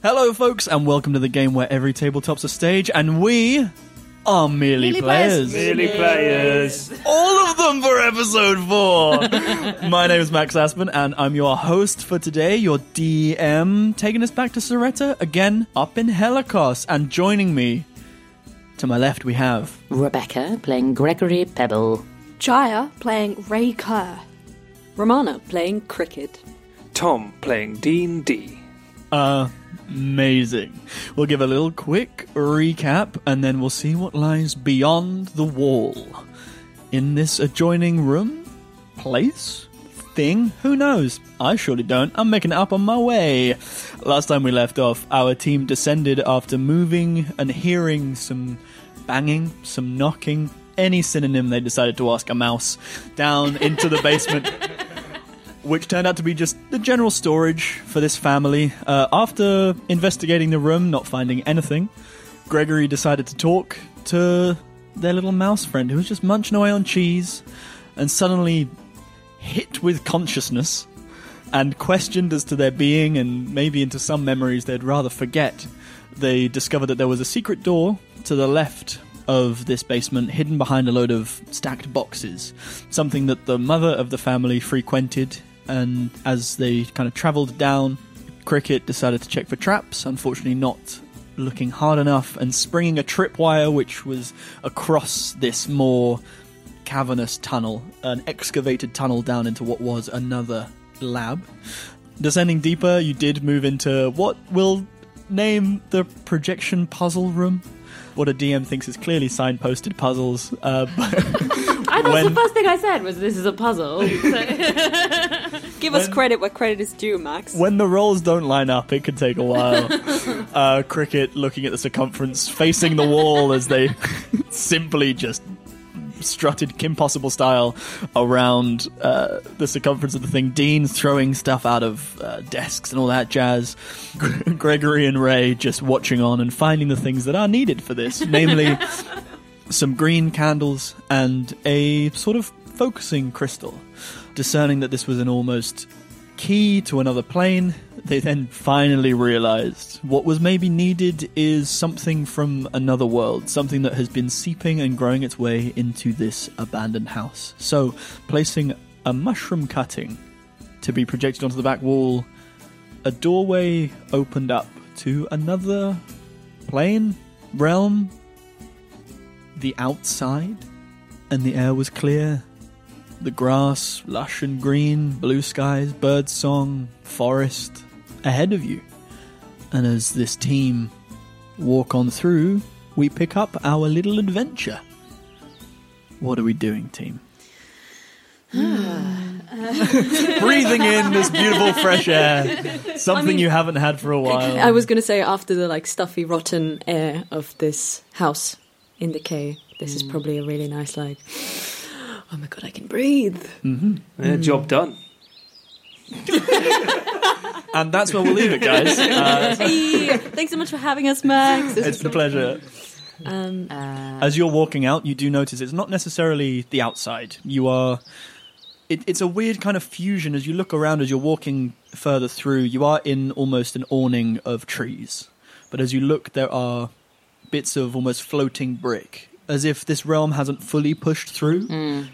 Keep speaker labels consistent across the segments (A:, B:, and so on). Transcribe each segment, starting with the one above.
A: Hello, folks, and welcome to the game where every tabletop's a stage, and we are merely,
B: Merely
A: players.
B: players.
C: Really players.
A: All of them for episode four. My name is Max Aspen, and I'm your host for today, your DM, taking us back to Soretta again up in Helicos, and joining me. To my left, we have
B: Rebecca playing Gregory Pebble.
D: Jaya playing Ray Kerr.
E: Romana playing cricket.
C: Tom playing D&D.
A: amazing. We'll give a little quick recap, and then we'll see what lies beyond the wall. In this adjoining room, place, thing, who knows? I surely don't. I'm making it up on my way. Last time we left off, our team descended after moving and hearing some banging, some knocking, any synonym they decided to ask a mouse, down into the basement which turned out to be just the general storage for this family. Uh, after investigating the room, not finding anything, Gregory decided to talk to their little mouse friend who was just munching away on cheese and suddenly hit with consciousness and questioned as to their being and maybe into some memories they'd rather forget. They discovered that there was a secret door to the left of this basement hidden behind a load of stacked boxes, something that the mother of the family frequented. And as they kind of traveled down, Cricket decided to check for traps, unfortunately, not looking hard enough, and springing a tripwire which was across this more cavernous tunnel, an excavated tunnel down into what was another lab. Descending deeper, you did move into what we'll name the projection puzzle room. What a DM thinks is clearly signposted puzzles. Uh, but
E: I thought
A: When-
E: the first thing I said was this is a puzzle.
A: Give
E: us
B: Credit where credit is due, Max.
A: When the rolls don't line up, it can take a while. uh, cricket looking at the circumference, facing the wall as they simply just strutted Kim Possible style around uh, the circumference of the thing. Dean throwing stuff out of uh, desks and all that jazz. Gregory and Ray just watching on and finding the things that are needed for this, namely some green candles and a sort of focusing crystal. Discerning that this was an almost key to another plane, they then finally realized what was maybe needed is something from another world, something that has been seeping and growing its way into this abandoned house. So, placing a mushroom cutting to be projected onto the back wall, a doorway opened up to another plane, realm, the outside, and the air was clear. The grass, lush and green, blue skies, bird song, forest ahead of you. And as this team walk on through, we pick up our little adventure. What are we doing, team? Breathing in this beautiful fresh air, something you haven't had for a while.
E: I was going to say after the like stuffy, rotten air of this house in the cave, this
A: Mm.
E: is probably a really nice like. Oh my god, I can breathe.
C: Yeah,
E: Hmm.
C: job done.
A: and that's where we'll leave it, guys. Uh,
E: Hey, thanks so much for having us, Max. This
A: it's
E: is-
A: a pleasure.
E: um,
B: Uh,
A: As you're walking out, you do notice it's not necessarily the outside. You are. It, it's a weird kind of fusion. As you look around, as you're walking further through, you are in almost an awning of trees. But as you look, there are bits of almost floating brick, as if this realm hasn't fully pushed through,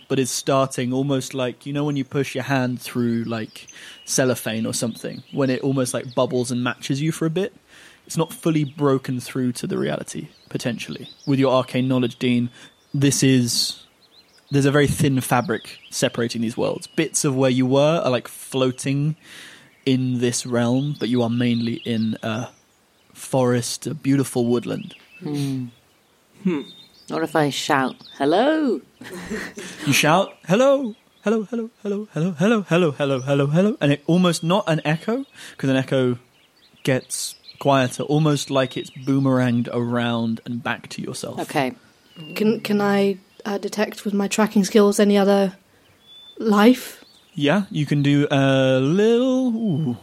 A: but is starting almost like you know when you push your hand through like cellophane or something, when it almost like bubbles and matches you for a bit. It's not fully broken through to the reality potentially. With your arcane knowledge, Dean, this is there's a very thin fabric separating these worlds. Bits of where you were are like floating in this realm, but you are mainly in a forest, a beautiful woodland.
B: Or if I shout, hello?
A: You shout, hello, hello, hello, hello, hello, hello, hello, hello, hello, hello. And it almost not an echo, because an echo gets quieter, almost like it's boomeranged around and back to yourself.
B: Okay.
D: Can can I uh, detect with my tracking skills any other life?
A: Yeah, you can do a little. Ooh.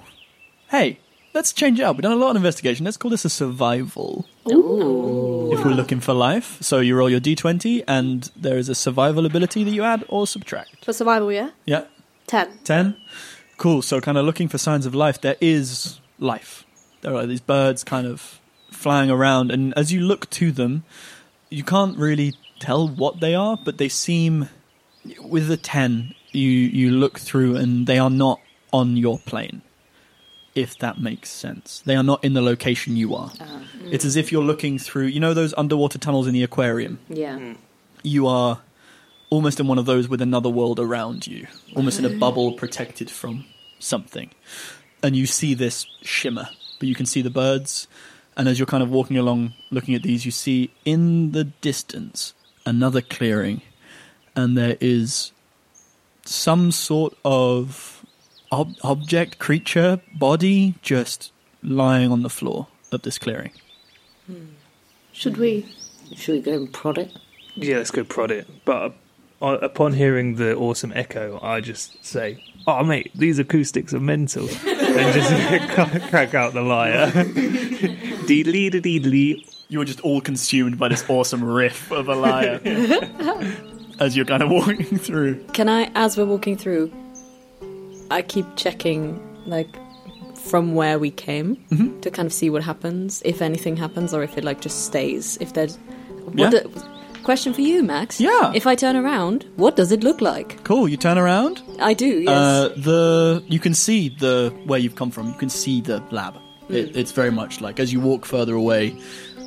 A: Hey, let's change it up. We've done a lot of investigation. Let's call this a survival. If we're looking for life, so you roll your d20, and there is a survival ability that you add or subtract.
D: For survival, yeah?
A: Yeah,
D: Ten.
A: ten. Cool. So, kind of looking for signs of life. There is life. there are these birds kind of flying around, and as you look to them, you can't really tell what they are, but they seem, with a ten, you you look through, and they are not on your plane. If that makes sense, they are not in the location you are. It's as if you're looking through, you know, those underwater tunnels in the aquarium
B: Yeah.
A: you are almost in one of those with another world around you, almost in a bubble protected from something. And you see this shimmer, but you can see the birds. And as you're kind of walking along looking at these, you see in the distance another clearing, and there is some sort of ob- object, creature, body just lying on the floor of this clearing.
D: Should we?
B: Should we go and prod it?
C: Yeah, let's go prod it. But uh, upon hearing the awesome echo, I just say, "Oh, mate, these acoustics are mental," and just crack out the lyre. Deedly deedly.
A: you were just all consumed by this awesome riff of a liar as you're kind of walking through.
E: Can I, as we're walking through, I keep checking, like, from where we came
A: Mm-hmm.
E: to kind of see what happens, if anything happens, or if it, like, just stays. If there's. What
A: Yeah.
E: do- question for you, Max.
A: Yeah.
E: If I turn around, what does it look like?
A: Cool. You turn around.
E: I do, yes.
A: Uh, the you can see the where you've come from. You can see the lab. It, it's very much like as you walk further away,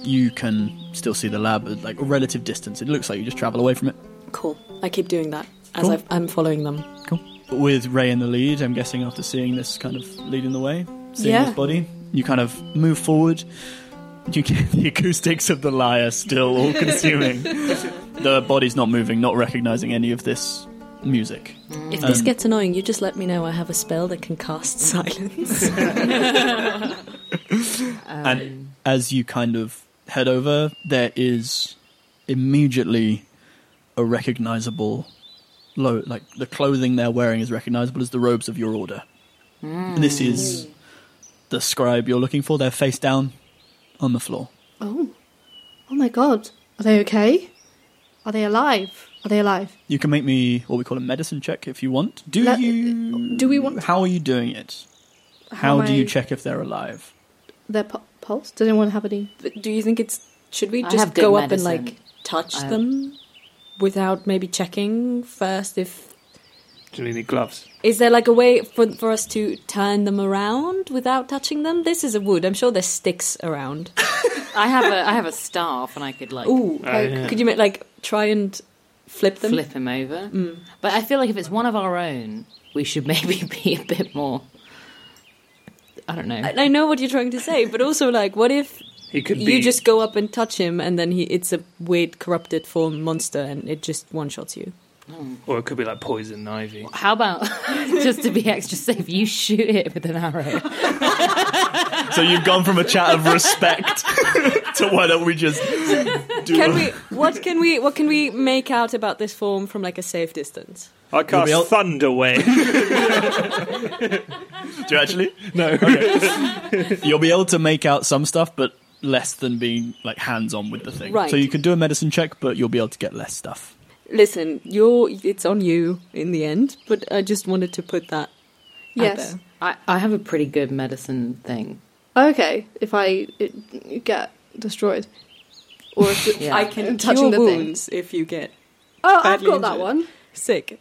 A: you can still see the lab at like a relative distance. It looks like you just travel away from it.
E: cool. I keep doing that as
A: Cool.
E: I, I'm following them.
A: Cool. With Ray in the lead, I'm guessing after seeing this kind of leading the way, seeing
D: Yeah.
A: this body, you kind of move forward. You get the acoustics of the lyre still all consuming. the body's not moving, not recognizing any of this music.
E: If this
A: Um,
E: gets annoying, you just let me know. I have a spell that can cast silence.
A: and as you kind of head over, there is immediately a recognizable lo like the clothing they're wearing is recognizable as the robes of your order.
D: Hmm.
A: This is the scribe you're looking for. They're face down on the floor.
D: Oh. Oh my god. Are they okay? Are they alive? Are they alive?
A: You can make me what we call a medicine check if you want. Do
D: Let-
A: you?
D: do we want-
A: How are you doing it?
D: How
A: How,
D: am
A: do you
D: I-
A: check if they're alive?
D: Their pu- pulse? Does anyone have any?
E: do you think it's. Should we
B: I
E: just
B: have good
E: go
B: medicine.
E: up and, like, touch
B: I-
E: them without maybe checking first if
C: Do we need gloves?
E: Is there like a way for, for us to turn them around without touching them? This is a wood. I'm sure there's sticks around.
B: I have a I have a staff, and I could like
E: Ooh,
C: Oh,
E: like,
C: yeah.
E: could you make like try and flip them?
B: flip him over. But I feel like if it's one of our own, we should maybe be a bit more. I don't know.
E: I I know what you're trying to say, but also like, what if
C: He could be.
E: you just go up and touch him, and then he—it's a weird corrupted form monster, and it just one-shots you.
C: or it could be like poison ivy.
B: How about just to be extra safe, you shoot it with an arrow?
A: So you've gone from a chat of respect to why don't we just do
E: Can we? What can we? What can we make out about this form from like a safe distance?
C: I cast
A: You'll be al-
C: thunder wave.
A: Do you actually? No. You'll be able to make out some stuff, but less than being like hands on with the thing.
E: Right.
A: So you can do a medicine check, but you'll be able to get less stuff.
E: Listen, you're—it's on you in the end. But I just wanted to put that.
D: Yes.
E: there.
B: I, I have a pretty good medicine thing.
D: Okay. If I it, get destroyed, or if it-
B: Yeah.
E: I can
D: Touching
E: touching
D: the
E: the
D: thing.
E: wounds if you get
D: oh, I've
E: Badly
D: got that
E: injured.
D: one.
E: sick.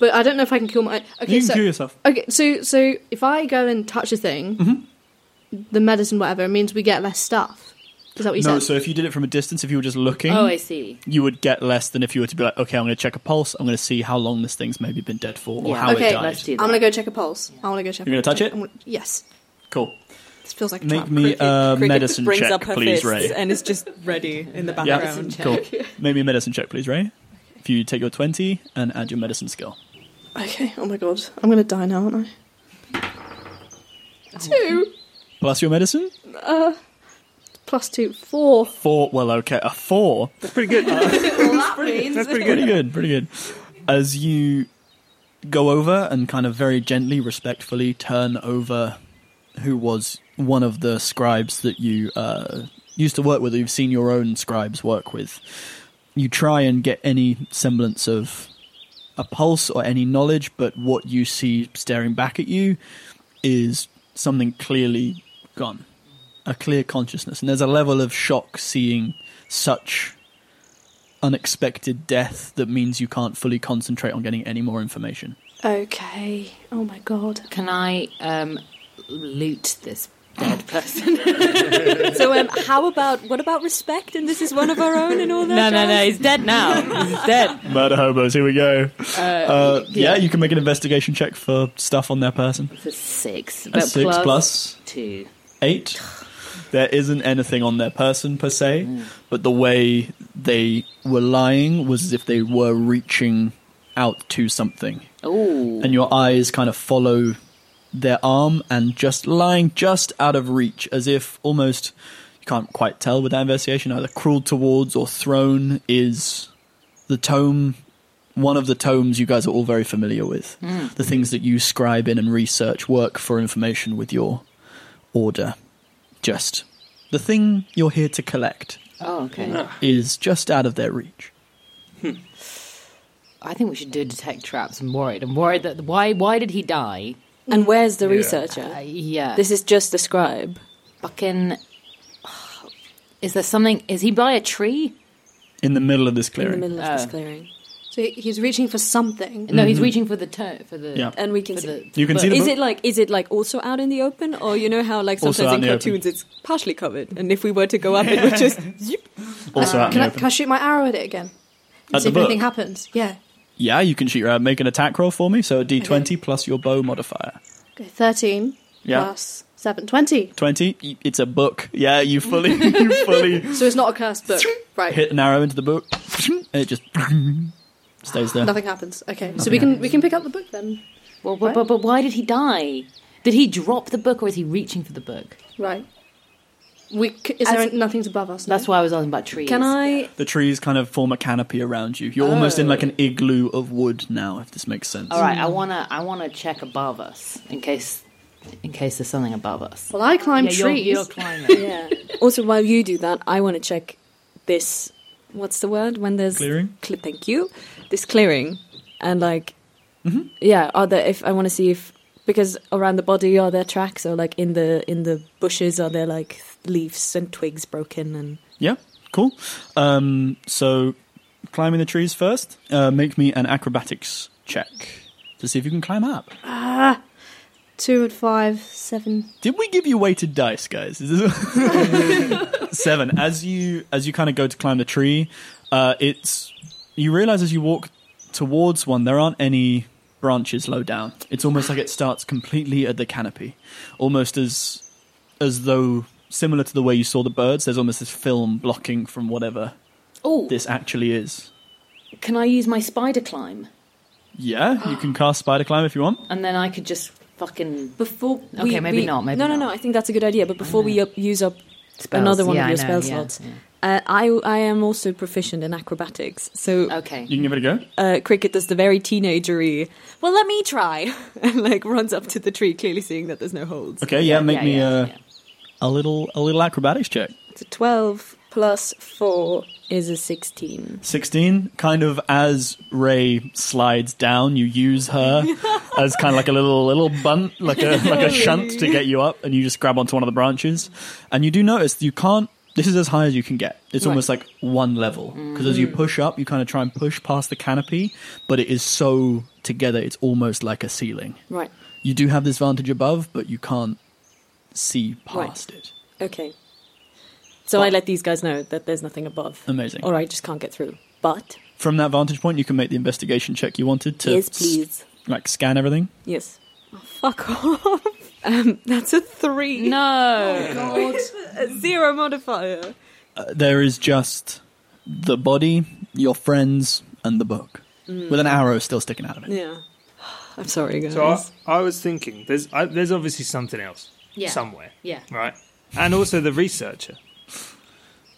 D: But I don't know if I can kill my. Okay.
A: you can
D: so
A: cure yourself.
D: okay. So so if I go and touch a thing, the medicine whatever it means we get less stuff. Is that what you
A: Mm-hmm. No,
D: said?
A: so if you did it from a distance, if you were just looking,
B: Oh, I see.
A: you would get less than if you were to be like, okay, I'm going to check a pulse. I'm going to see how long this thing's maybe been dead for or
B: Yeah.
A: how it
D: Okay,
A: died.
B: let's do that.
D: I'm gonna go check a pulse. I want to go check.
A: You're gonna touch it?
D: I'm gonna- yes.
A: Cool.
D: This feels like a
A: Make
D: trap.
A: me a
E: Cricket
A: medicine
E: brings
A: check,
E: up her
A: please,
E: fists
A: Ray.
E: and is just ready in the
A: Yeah,
E: background.
A: cool. Make me a medicine check, please, Ray. If you take your 20 and add your medicine skill.
D: Okay. Oh my god. I'm gonna die now, aren't I? Two
A: Plus your medicine?
D: plus two four.
A: Four. Well, okay. A four?
C: That's pretty good. That's pretty good.
A: pretty good, pretty good. As you go over and kind of very gently, respectfully turn over who was one of the scribes that you uh, used to work with, or you've seen your own scribes work with, you try and get any semblance of a pulse or any knowledge, but what you see staring back at you is something clearly gone. a clear consciousness, and there's a level of shock seeing such unexpected death that means you can't fully concentrate on getting any more information.
D: Okay. Oh my god.
B: Can I um, loot this dead person?
E: So, um, how about what about respect? And this is one of our own, and all that.
B: no, no, no.
E: jazz?
B: He's dead now. He's dead.
A: Murder hobos, here we go. Uh, yeah. you can make an investigation check for stuff on their person.
B: It's a six.
A: A
B: But
A: six plus, plus
B: two.
A: eight. There isn't anything on their person per se, but the way they were lying was as if they were reaching out to something.
B: Ooh.
A: and your eyes kind of follow their arm and just lying just out of reach as if almost you can't quite tell with that investigation either crawled towards or thrown is the tome one of the tomes you guys are all very familiar with the things that you scribe in and research work for information with your order just the thing you're here to collect
B: Oh, okay.
A: is just out of their reach
B: I think we should do detect traps. I'm worried. I'm worried that why why did he die?
E: And where's the researcher?
B: Uh, yeah.
E: This is just the scribe.
B: fucking. Is there something? Is he by a tree?
A: in the middle of this
E: in the
A: clearing
E: middle of this clearing.
D: So he- he's reaching for something.
B: No, he's reaching for the to- for the.
A: Yeah.
E: And we can
B: For
E: see.
B: the-
A: you can
E: But
A: see the
E: is
A: book-
E: it like is it like also out in the open or you know how like
A: Also out
E: sometimes
A: in
E: in
A: the open.
E: cartoons it's partially covered and if we were to go up it would just zip.
A: also
E: uh,
A: out in
D: Can
A: the
D: I,
A: open.
D: can I shoot my arrow at it again? And
A: At
D: see
A: the
D: if
A: book.
D: anything happens. Yeah.
A: Yeah, you can shoot. Uh, make an attack roll for me. So a d20 plus your bow modifier.
D: Okay, 13
A: Yeah.
D: plus 7, 20.
A: 20. y- It's a book. Yeah, you fully, you fully
D: So it's not a cursed book. Right.
A: hit an arrow into the book. and it just stays there.
D: Nothing happens. Okay. so we can we can pick up the book then.
B: Well, but, but, but why did he die? Did he drop the book or is he reaching for the book?
D: Right. We c- is
B: As-
D: there nothing's above us? no?
B: That's why I was asking about trees.
E: Can I
A: The trees kind of form a canopy around you. You're almost in like an igloo of wood now, if this makes sense.
B: All right, I wanna I wanna check above us in case in case there's something above us.
D: Well, I climb
B: Yeah, you're,
D: trees.
B: you're climbing.
E: yeah. also while you do that I want to check this what's the word when there's
A: Clearing?
E: Cle- thank you. This clearing and like yeah, are there if I want to see if because around the body are there tracks or like in the in the bushes are there like leaves and twigs broken and
A: Yeah, cool. Um, so climbing the trees first. Uh, make me an acrobatics check to see if you can climb up.
D: Ah, Two and five, seven.
A: Did we give you weighted dice, guys? Is this Seven. As you as you kind of go to climb the tree, uh, it's you realize as you walk towards one, there aren't any branches low down. It's almost like it starts completely at the canopy, almost as as though similar to the way you saw the birds. There's almost this film blocking from whatever
B: oh,
A: this actually is.
B: can I use my spider climb?
A: Yeah, you can cast spider climb if you want.
B: And then I could just fucking
E: before
B: Okay,
E: we-
B: maybe
E: we-
B: not, maybe
E: no no
B: not.
E: no I think that's a good idea but before we up, use up
B: Spells.
E: another one
B: Yeah,
E: of your
B: I know,
E: spell
B: yeah,
E: slots
B: yeah.
E: Uh, I I am also proficient in acrobatics so
A: You
B: Okay.
A: can give it a go.
E: uh, cricket does the very teenagery well let me try and like runs up to the tree clearly seeing that there's no holds
A: Okay, yeah, make me
B: yeah,
A: uh,
B: yeah.
A: a little a little acrobatics check.
E: so 12 plus 4 is a 16
A: 16 kind of as ray slides down you use her as kind of like a little little bunt like a like a shunt to get you up and you just grab onto one of the branches and you do notice you can't this is as high as you can get it's almost like one level because as you
E: Mm.
A: push up you kind of try and push past the canopy but it is so together it's almost like a ceiling
E: right
A: you do have this vantage above but you can't see
E: Right.
A: past it
E: okay so I let these guys know that there's nothing above
A: Amazing.
E: or I just can't get through but
A: from that vantage point you can make the investigation check you wanted to
E: yes
A: s-
E: please
A: like scan everything
E: yes oh, fuck off um, that's a 3
C: Oh,
B: No.
E: a zero modifier.
A: Uh, there is just the body, your friends, and the book.
C: Mm.
A: With an arrow still sticking out of it.
E: Yeah. I'm sorry, guys.
C: So I, I was thinking, there's I, there's obviously something else
B: Yeah.
C: somewhere,
B: Yeah.
C: right? And also the researcher.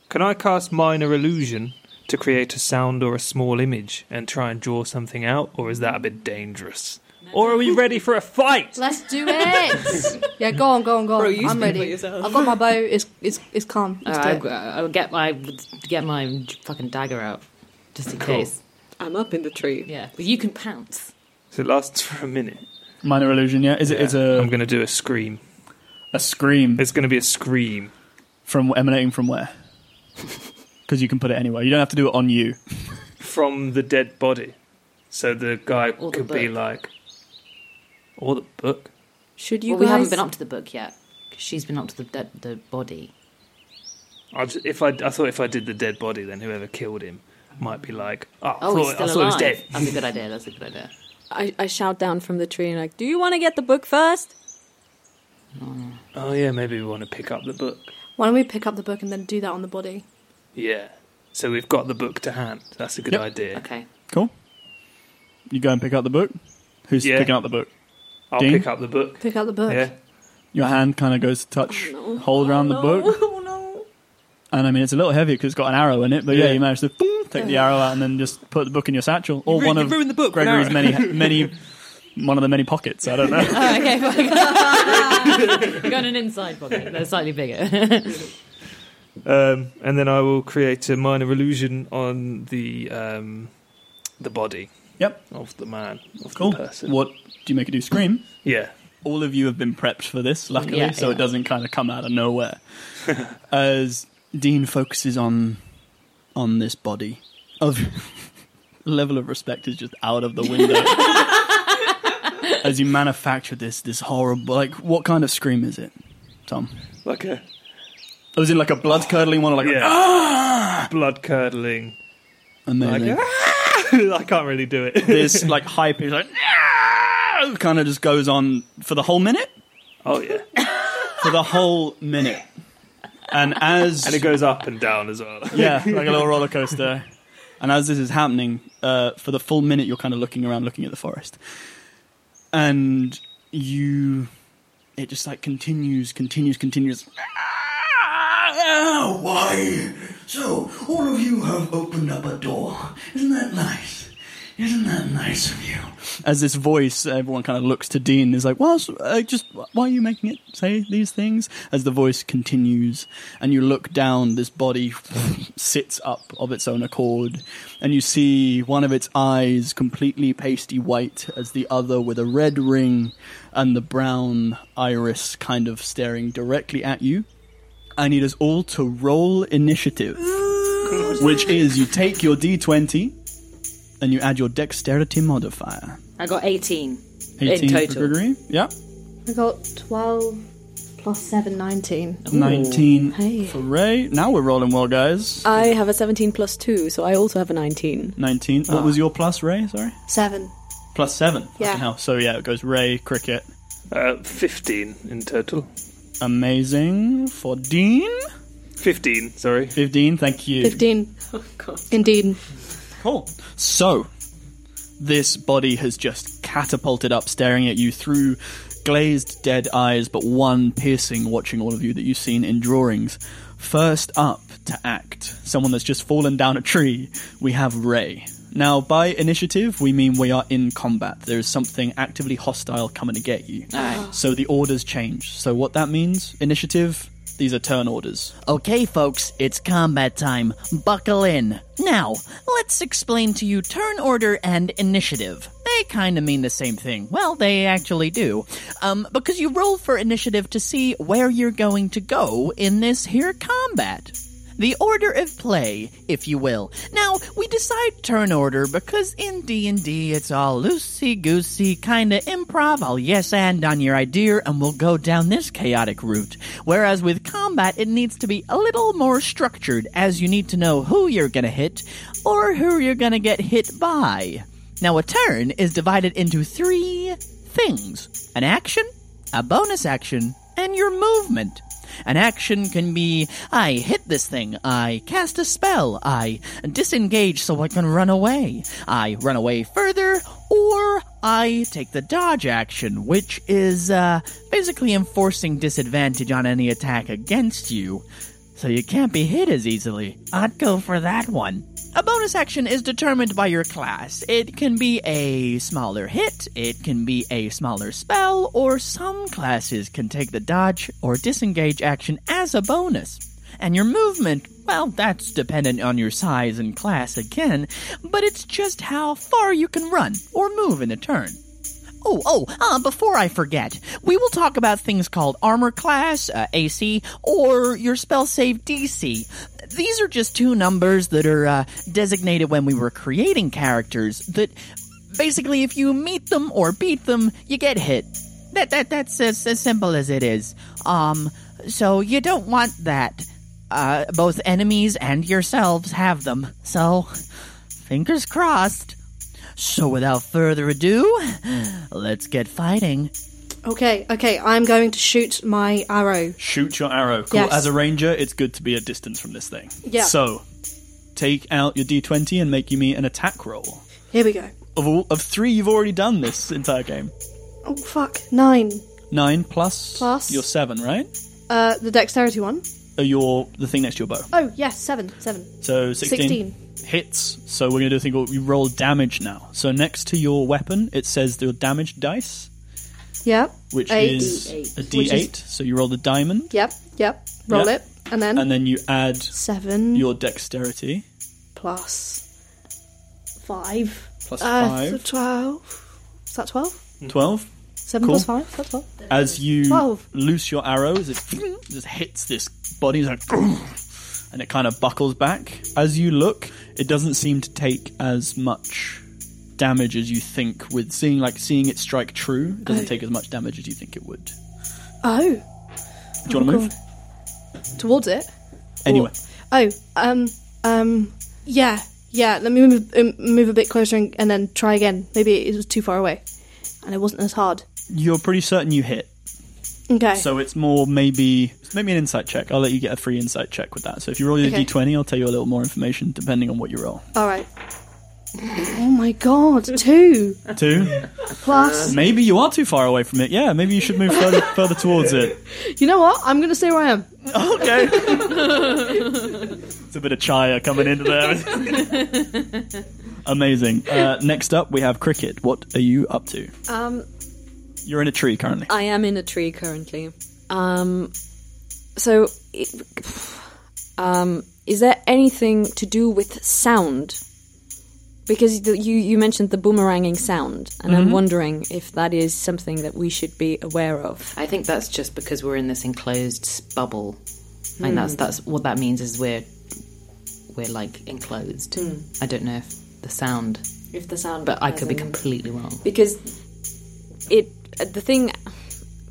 C: Can I cast minor illusion to create a sound or a small image and try and draw something out, or is that a bit dangerous? Or are we ready for a fight?
D: Let's do it. yeah, go on, go on, go on.
E: Bro, you
D: I'm
E: speak
D: ready.
E: for yourself.
D: I've got my bow. It's it's it's calm.
B: Uh,
D: Let's do
B: I,
D: it.
B: I will get my get my fucking dagger out just in case.
E: I'm up in the tree.
B: Yeah, but you can pounce.
C: So it lasts for a minute.
A: Minor illusion, yeah. Is it? Is
C: Yeah. I'm
A: a
C: going to do a scream.
A: A scream
C: It's going to be a scream.
A: from emanating from where? Because you can put it anywhere. You don't have to do it on you.
C: from the dead body. So the guy
B: Or the
C: could be
B: book.
C: like, or the book.
E: Should you
B: Well,
E: guys?
B: we haven't been up to the book yet. 'cause she's been up to the dead, the body.
C: I just, if I, I thought if I did the dead body, then whoever killed him might be like, oh,
B: Oh,
C: I
B: he's
C: thought,
B: still
C: I thought he
B: alive.
C: was dead.
B: That's a good idea. That's a good idea.
E: I, I shout down from the tree and like, do you want to get the book first?
C: Oh yeah, maybe we want to pick up the book.
D: Why don't we pick up the book and then do that on the body?
C: Yeah. So we've got the book to hand. That's a good
A: Yep.
C: idea.
B: Okay.
A: Cool. You go and pick up the book. Who's
C: Yeah.
A: picking up the book?
C: I'll
A: Dean?
C: pick up the book.
D: Pick up the book.
C: Yeah.
A: Your hand kind of goes to touch, hold around
C: Oh,
A: the book. And I mean, it's a little heavier because it's got an arrow in it. But yeah,
C: Yeah.
A: you manage to boom, take the arrow out and then just put the book in your satchel or
C: ruined-
A: one
C: you
A: of
C: ruined the book with an
A: Gregory's
C: arrow.
A: many, many, one of the many pockets. I don't know.
B: Oh, okay. fine. Got an inside pocket. They're slightly bigger.
C: Um, and then I will create a minor illusion on the um, the body
A: Yep.
C: of the man of
A: Cool.
C: the person.
A: What do you make it do? Scream.
C: Yeah.
A: all of you have been prepped for this, luckily,
B: Yeah,
A: so it
B: yeah.
A: doesn't kind of come out of nowhere. As Dean focuses on on this body, of level of respect is just out of the window. As you manufacture this this horrible, like what kind of scream is it, Tom?
C: Like a
A: It was in like a blood curdling one, or like
C: yeah. Blood curdling.
A: amazing.
C: Like, I can't really do it.
A: This like hype is like kind of just goes on for the whole minute,
C: Oh yeah,
A: for the whole minute, and as
C: and it goes up and down as well.
A: yeah, like a little roller coaster. And as this is happening, uh, for the full minute, you're kind of looking around, looking at the forest, and you, it just like continues, continues, continues.
F: Ah, why? So, all of you have opened up a door. Isn't that nice? Isn't that nice of you?
A: As this voice, everyone kind of looks to Dean. Is like, "Well, uh, just why are you making it say these things?" As the voice continues, and you look down, this body sits up of its own accord, and you see one of its eyes completely pasty white, as the other with a red ring and the brown iris kind of staring directly at you. I need us all to roll initiative, which is you take your d20 and you add your dexterity modifier.
B: I got 18.
A: 18 for
B: total.
A: Gregory. Yeah.
D: I got 12 plus 7, 19.
A: 19
E: Hey. Uh,
A: for Ray. Now we're rolling well, guys.
E: I have a 17 plus 2, so I also have a 19.
A: 19. What was your plus, Ray? Sorry?
D: 7.
A: Plus 7.
D: Yeah.
A: Fucking hell. So yeah, it goes Ray, Cricket.
C: Uh, Fifteen in total.
A: Amazing. For Dean.
C: Fifteen. Sorry.
A: 15. Thank you.
D: 15. Indeed.
A: Cool. So, this body has just catapulted up, staring at you through glazed dead eyes, but one piercing, watching all of you that you've seen in drawings. First up to act, someone that's just fallen down a tree, we have Ray. Now, by initiative, we mean we are in combat. There is something actively hostile coming to get you. So the orders change. So, what that means, initiative, these are turn orders.
G: Okay, folks, it's combat time. Buckle in. Now, let's explain to you turn order and initiative. They kind of mean the same thing. Well, they actually do. Um, because you roll for initiative to see where you're going to go in this here combat. The order of play, if you will. Now, we decide turn order because in D&D it's all loosey-goosey, kinda improv, I'll yes and on your idea, and we'll go down this chaotic route. Whereas with combat, it needs to be a little more structured, as you need to know who you're gonna hit, or who you're gonna get hit by. Now, a turn is divided into three things. An action, a bonus action, and your movement. An action can be I hit this thing, I cast a spell, I disengage so I can run away, I run away further, or I take the dodge action, which is uh, basically enforcing disadvantage on any attack against you so you can't be hit as easily. I'd go for that one. A bonus action is determined by your class. It can be a smaller hit, it can be a smaller spell, or some classes can take the dodge or disengage action as a bonus. And your movement, well, that's dependent on your size and class again, but it's just how far you can run or move in a turn.
A: Oh, oh, uh, before I forget, we will talk about things called armor class, uh, AC, or your spell save DC. These are just two numbers that are uh, designated when we were creating characters that basically if you meet them or beat them, you get hit. That, that that's as, as simple as it is. Um so you don't want that. Uh, both enemies and yourselves have them. So fingers crossed. So, without further ado, let's get fighting.
D: Okay, okay, I'm going to shoot my arrow.
G: Shoot your arrow. Cool.
D: Yes.
G: As a ranger, it's good to be at distance from this thing.
D: Yeah.
G: So, take out your d20 and make you me an attack roll.
D: Here we go.
G: Of, all, of three, you've already done this entire game.
D: Oh fuck, nine.
G: Nine plus,
D: Plus.
G: your seven, right?
D: Uh, the dexterity one.
G: Uh, Your the thing next to your bow.
D: Oh yes, seven, seven.
G: So 16,
D: 16.
G: hits. So we're gonna do a thing called we roll damage now. So next to your weapon, it says your damage dice,
D: Yep.
G: which
D: Eight.
G: is a
D: Which is-
G: d8. so you roll the diamond,
D: Yep, yep. Roll
G: Yep.
D: it, and then,
G: and then you add
D: seven
G: your dexterity
D: plus five.
G: plus
D: Uh,
G: five.
D: twelve. Is that twelve?
G: Twelve.
D: Seven
G: Cool.
D: plus five. That's twelve.
G: As you
D: Twelve.
G: loose your arrow, as it just hits this body, it's like, and it kind of buckles back. As you look, it doesn't seem to take as much damage as you think. With seeing like seeing it strike true, it doesn't
D: Oh.
G: take as much damage as you think it would. Do
D: Oh,
G: you want to move?
D: towards it.
G: Anyway,
D: Oh, um, um, yeah, yeah. Let me move, um, move a bit closer and, and then try again. Maybe it was too far away, and it wasn't as hard.
G: you're pretty certain you hit,
D: Okay.
G: so it's more maybe maybe an insight check. I'll let you get a free insight check with that. So if you roll your
D: Okay.
G: d20, I'll tell you a little more information depending on what you roll.
D: All right. Oh my god, two
G: Two,
D: plus.
G: maybe you are too far away from it. Yeah, maybe you should move further further towards it.
D: You know what? I'm gonna stay where I am.
G: Okay. it's a bit of chaya coming into there. Amazing. Uh, next up, we have cricket. What are you up to?
E: Um, Uh,
G: You're in a tree currently.
E: I am in a tree currently. Um, so, it, um, is there anything to do with sound? Because the, you you mentioned the boomeranging sound, and I'm wondering if that is something that we should be aware of.
B: I think that's just because we're in this enclosed s- bubble. And
E: Hmm.
B: that's that's what that means is we're we're like enclosed. I don't know if the sound,
E: Hmm. If the sound,
B: but I could be completely wrong.
E: because it the thing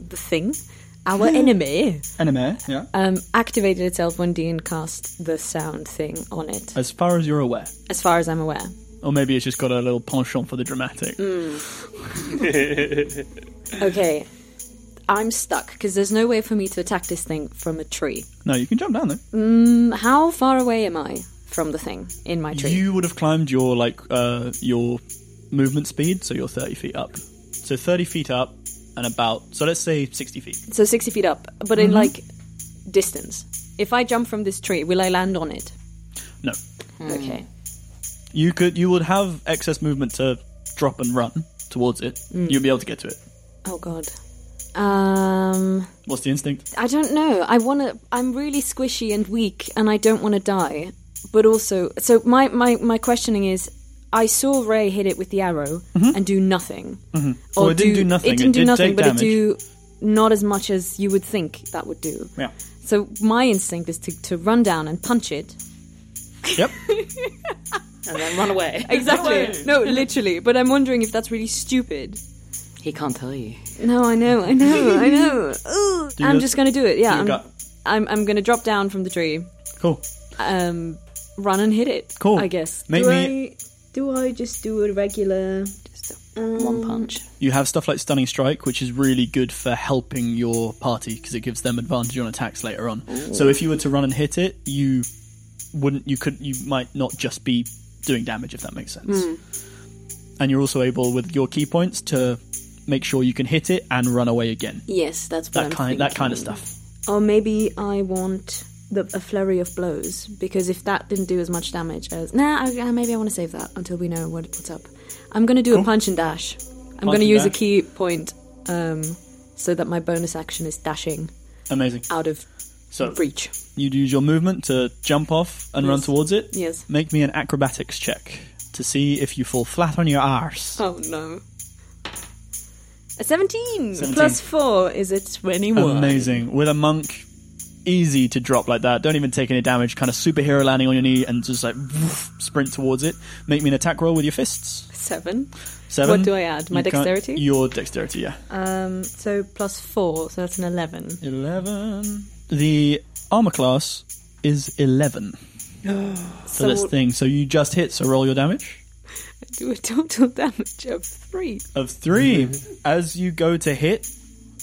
E: the thing our enemy
G: Anime, yeah.
E: um, activated itself when Dean cast the sound thing on it.
G: As far as you're aware.
E: As far as I'm aware,
G: Or maybe it's just got a little penchant for the dramatic.
E: Mm. okay. I'm stuck because there's no way for me to attack this thing from a tree. Um,
G: No, you can jump down though.
E: How far away am I from the thing in my tree?
G: You would have climbed your like uh, your movement speed, so you're 30 feet up. So 30 feet up and about so let's say 60 feet.
E: So 60 feet up, but in like distance. If I jump from this tree, will I land on it?
G: No,
E: Okay.
G: you could you would have excess movement to drop and run towards it. You'd be able to get to it.
E: Oh god. Um.
G: What's the instinct?
E: I don't know. I want to. I'm really squishy and weak, and I don't want to die. But also, so my my my questioning is. I saw Ray hit it with the arrow and do nothing. Mm-hmm. Or
G: Well, it didn't do nothing.
E: It
G: It
E: didn't do
G: did
E: nothing,
G: take
E: but
G: damage.
E: it do not as much as you would think that would do.
G: Yeah.
E: So my instinct is to, to run down and punch it.
G: Yep.
B: And then run away.
E: Exactly. No, literally. But I'm wondering if that's really stupid.
B: He can't tell you.
E: No, I know, I know, I know. Ooh.
G: Do
E: I'm
G: your-
E: just gonna do it. Yeah,
G: your
E: I'm,
G: gut.
E: I'm. I'm gonna drop down from the tree.
G: Cool.
E: um, run and hit it.
G: Cool.
E: I guess.
G: Make
E: do
G: me-
E: I do I just do a regular?
B: Just a
E: Hmm.
B: one punch.
G: You have stuff like Stunning Strike, which is really good for helping your party because it gives them advantage on attacks later on. So if you were to run and hit it, you wouldn't, you could, you might not just be doing damage if that makes sense. And you're also able with your key points to make sure you can hit it and run away again.
E: Yes, that's what
G: That
E: I'm
G: kind, that kind of
E: thinking.
G: stuff.
E: Or maybe I want the, a flurry of blows because if that didn't do as much damage as nah, I, uh, maybe I want to save that until we know what, what's up. I'm gonna do a punch and dash. I'm gonna
G: and
E: use
G: dash.
E: a key point um, so that my bonus action is dashing
G: Amazing.
E: out of
G: So
E: reach.
G: you'd use your movement to jump off and run towards it.
E: Yes.
G: Make me an acrobatics check to see if you fall flat on your arse.
E: Oh no. Oh, A 17, plus 4 is a 21.
G: Amazing. With a monk, easy to drop like that. Don't even take any damage. Kind of superhero landing on your knee and just like woof, sprint towards it. Make me an attack roll with your fists.
E: 7.
G: Seven.
E: What do I add? My
G: You can't-
E: dexterity?
G: Your dexterity, yeah.
E: Um, so plus 4, so that's an 11.
G: 11. The armor class is 11 for
E: So
G: this thing. So you just hit, so roll your damage.
E: I do a total damage of 3.
G: of three. As you go to hit,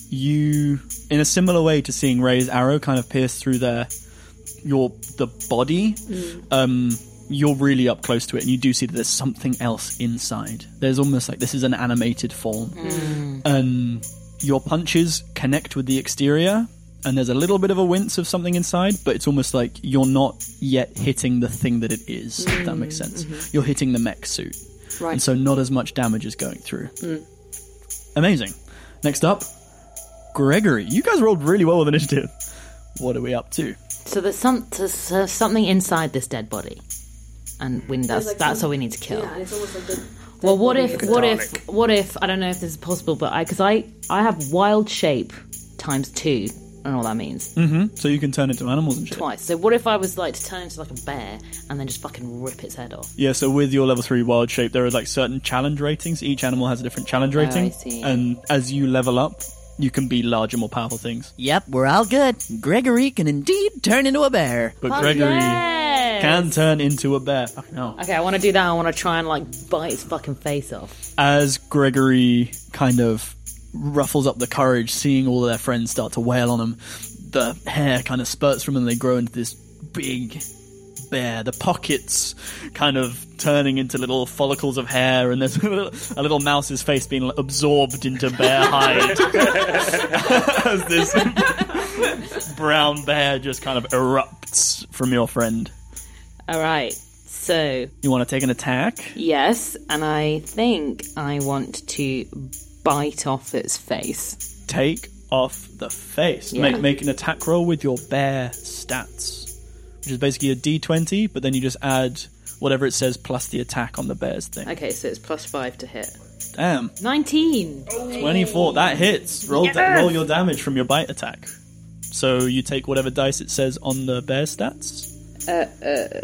G: you, in a similar way to seeing Ray's arrow kind of pierce through their your the body, um, you're really up close to it, and you do see that there's something else inside. There's almost like this is an animated form, and your punches connect with the exterior. And there's a little bit of a wince of something inside, but it's almost like you're not yet hitting the thing that it is, if that makes sense. You're hitting the mech suit and
E: Right.
G: so not as much damage is going through. Amazing. Next up, Gregory. You guys rolled really well with initiative. What are we up to?
B: So there's, some, there's uh, something inside this dead body, and we, that's
E: Hmm. like
B: that's
E: some-
B: all we need to kill.
E: Yeah, and it's almost like the.
B: well, what if what if what if I don't know if this is possible, but I because I I have wild shape times two and all that means
G: So you can turn into animals and shit.
B: twice. So what if I was like to turn into like a bear and then just fucking rip its head off?
G: Yeah, so with your level 3 wild shape, there are like certain challenge ratings. Each animal has a different challenge rating.
B: Oh, see.
G: And as you level up, you can be larger, more powerful things.
A: Yep, we're all good. Gregory can indeed turn into a bear.
G: But Gregory
B: Oh, Yes!
G: can turn into a bear. Fucking hell.
B: Okay, I want to do that. I want to try and like bite its fucking face off.
G: as Gregory kind of ruffles up the courage, seeing all of their friends start to wail on him, the hair kind of spurts from them and they grow into this big bear. The pockets kind of turning into little follicles of hair, and there's a little, a little mouse's face being absorbed into bear hide as this brown bear just kind of erupts from your friend.
B: All right. So
G: You want to take an attack?
B: yes, and I think I want to bite off its face.
G: take off the face.
B: Yeah.
G: Make make an attack roll with your bare stats, which is basically a d20, but then you just add whatever it says plus the attack on the bear's thing.
B: Okay, so it's plus five to hit.
G: Damn,
B: 19.
G: 24. That hits. Roll da- roll your damage from your bite attack. So you take whatever dice it says on the bear stats.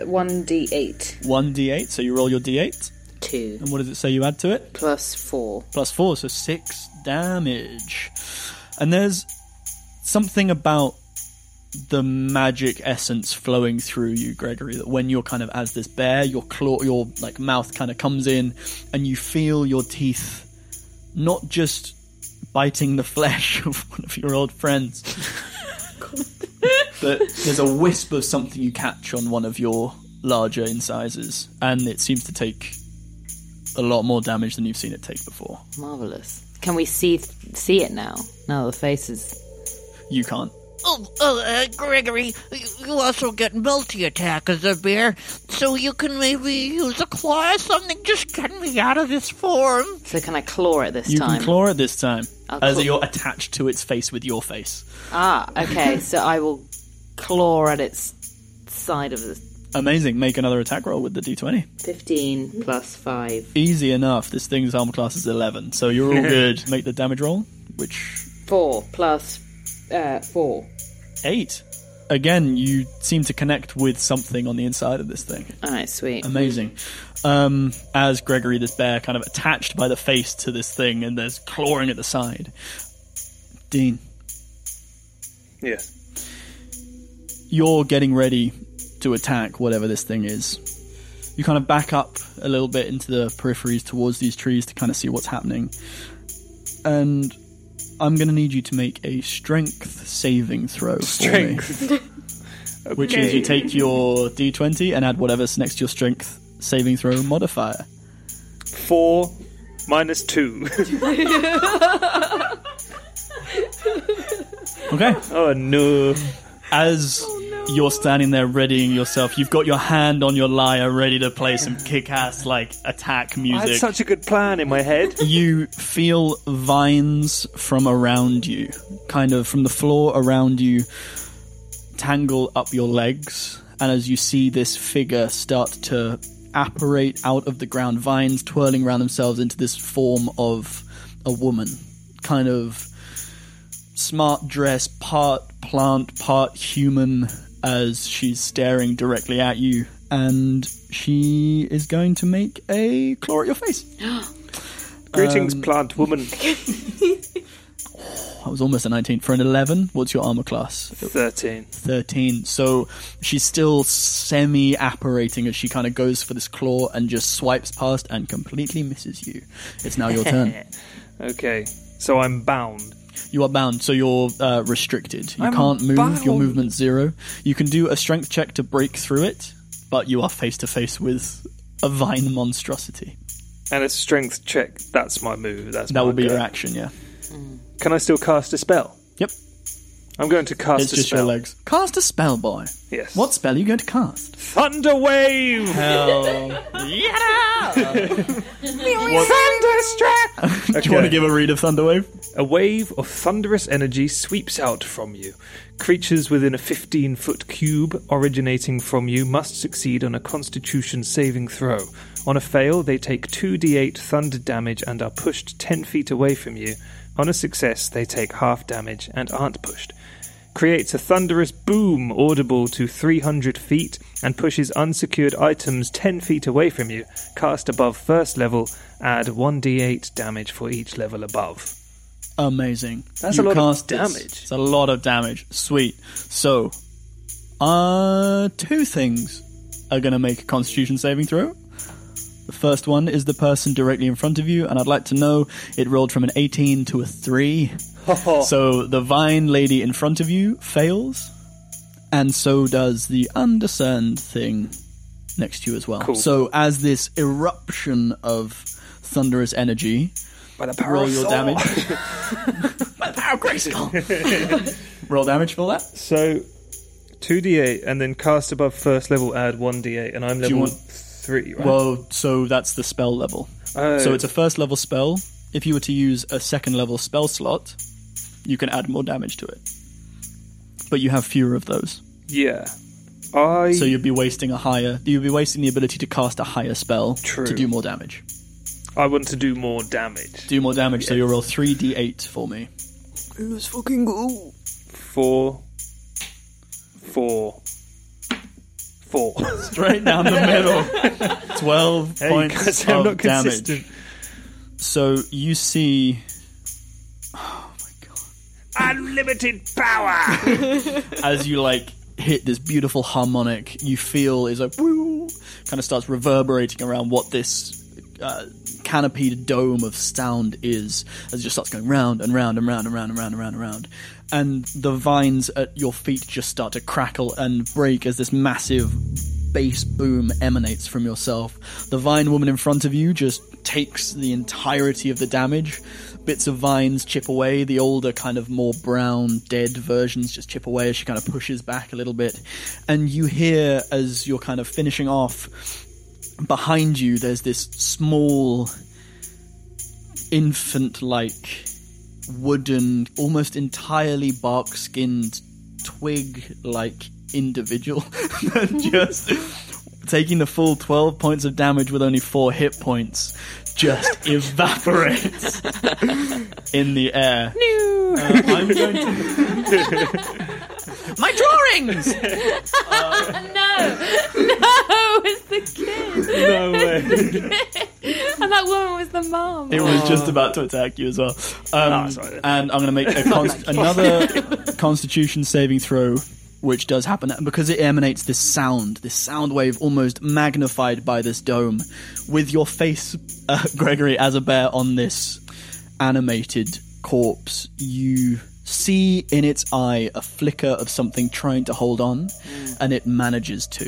B: 1d8.
G: 1d8, so you roll your d8.
B: 2.
G: And what does it say you add to it?
B: Plus 4.
G: plus four, so six damage. And there's something about the magic essence flowing through you, Gregory, that when you're kind of as this bear, your claw your like mouth kind of comes in and you feel your teeth not just biting the flesh of one of your old friends. but there's a wisp of something you catch on one of your larger incisors, and it seems to take a lot more damage than you've seen it take before.
B: Marvelous. Can we see see it now? No, the face is.
G: You can't.
H: Oh, oh uh, Gregory, you also get multi attack as a bear, so you can maybe use a claw or something. Just get me out of this form.
B: So can I claw it this
G: You
B: time?
G: can claw it this time. Oh,
B: I'll
G: as
B: claw-
G: you're attached to its face with your face.
B: ah, okay. so I will claw at its side of the
G: Amazing. Make another attack roll with the d20.
B: 15 plus 5.
G: Easy enough. This thing's armor class is 11, so you're all good. Make the damage roll, which
B: 4 plus uh, 4.
G: 8. Again, you seem to connect with something on the inside of this thing.
B: All right, sweet.
G: Amazing. Um, as Gregory, this bear, kind of attached by the face to this thing, and there's clawing at the side. Dean,
C: Yes.
G: you're getting ready to attack whatever this thing is. You kind of back up a little bit into the peripheries towards these trees to kind of see what's happening. And I'm going to need you to make a strength saving throw. For
C: Strength.
G: me, which is you take your d20 and add whatever's next to your strength saving throw modifier.
C: Four minus two.
G: Okay.
C: oh no.
G: As you're standing there readying yourself, you've got your hand on your lyre ready to play some kick ass, like, attack
C: I
G: music.
C: had such a good plan in my head.
G: you feel vines from around you, kind of from the floor around you, tangle up your legs. And as you see this figure start to apparate out of the ground, vines twirling around themselves into this form of a woman, kind of smart dress, part plant, part human, as she's staring directly at you, and she is going to make a claw at your face. Um,
C: Greetings, plant woman.
G: I was almost a 19 for an 11. What's your armor class?
C: Thirteen.
G: 13. So she's still semi apparating as she kind of goes for this claw and just swipes past and completely misses you. It's now your turn.
C: Okay, so I'm bound.
G: You are bound, so you're uh, restricted. You
C: I'm
G: can't move. Your
C: bound.
G: movement's zero. You can do a strength check to break through it, but you are face to face with a vine monstrosity.
C: And a strength check. That's my move. That's
G: That
C: my
G: will be
C: go.
G: your action, yeah.
C: Can I still cast a spell?
G: Yep.
C: I'm going to cast
G: it's
C: a
G: just
C: spell.
G: your legs. Cast a spell, boy.
C: Yes.
G: What spell are you going to cast?
C: Thunder wave.
G: Do you want to give a read of Thunderwave?
C: A wave of thunderous energy sweeps out from you. Creatures within a 15 foot cube originating from you must succeed on a constitution saving throw. On a fail, they take 2d8 thunder damage and are pushed 10 feet away from you. On a success, they take half damage and aren't pushed. Creates a thunderous boom audible to 300 feet and pushes unsecured items 10 feet away from you. Cast above first level, add 1d8 damage for each level above.
G: Amazing.
C: That's
G: You
C: a lot of
G: cast it.
C: damage.
G: It's a lot of damage. Sweet. So, uh, two things are going to make a Constitution saving throw. The first one is the person directly in front of you, and I'd like to know it rolled from an 18 to a 3. so the vine lady in front of you fails, and so does the undiscerned thing next to you as well. So as this eruption of thunderous energy,
C: By the power
G: roll
C: of
G: your
C: Thor.
G: damage. By the power of Grayskull. roll damage for that.
C: So, two d8, and then cast above first level, add one d8, and I'm
G: you
C: level
G: want-
C: three. Right?
G: Well, so that's the spell level.
C: Oh.
G: So it's a first level spell. If you were to use a second level spell slot, you can add more damage to it. But you have fewer of those.
C: yeah, I
G: So you'd be wasting a higher you'd be wasting the ability to cast a higher spell
C: True.
G: to do more damage.
C: I want to do more damage.
G: Do more damage, so you'll roll three D eight for me.
C: Four, four, four.
G: Straight down the middle. Twelve
C: Hey,
G: points
C: guys, I'm
G: of
C: not
G: oh, damage.
C: consistent.
G: So you see
C: Unlimited power.
G: as you like hit this beautiful harmonic, you feel is like woo, kind of starts reverberating around what this uh, canopied dome of sound is, as it just starts going round and round and round and round and round and round and round, and the vines at your feet just start to crackle and break as this massive bass boom emanates from yourself. The vine woman in front of you just takes the entirety of the damage. Bits of vines chip away, the older, kind of more brown, dead versions just chip away as she kind of pushes back a little bit. And you hear, as you're kind of finishing off, behind you, there's this small, infant like, wooden, almost entirely bark skinned, twig like individual that just taking the full 12 points of damage with only 4 hit points just evaporates in the air. Uh, I'm going to
A: My drawings!
E: No, no, it's the kid,
C: no way.
E: and that woman was the mom.
G: It was just about to attack you as well. Um,
C: it's all right then.
G: and I'm going to make a const- another Constitution saving throw, which does happen and because it emanates this sound, this sound wave almost magnified by this dome, with your face, uh, Gregory, as a bear on this animated corpse, you see in its eye a flicker of something trying to hold on, and it manages to.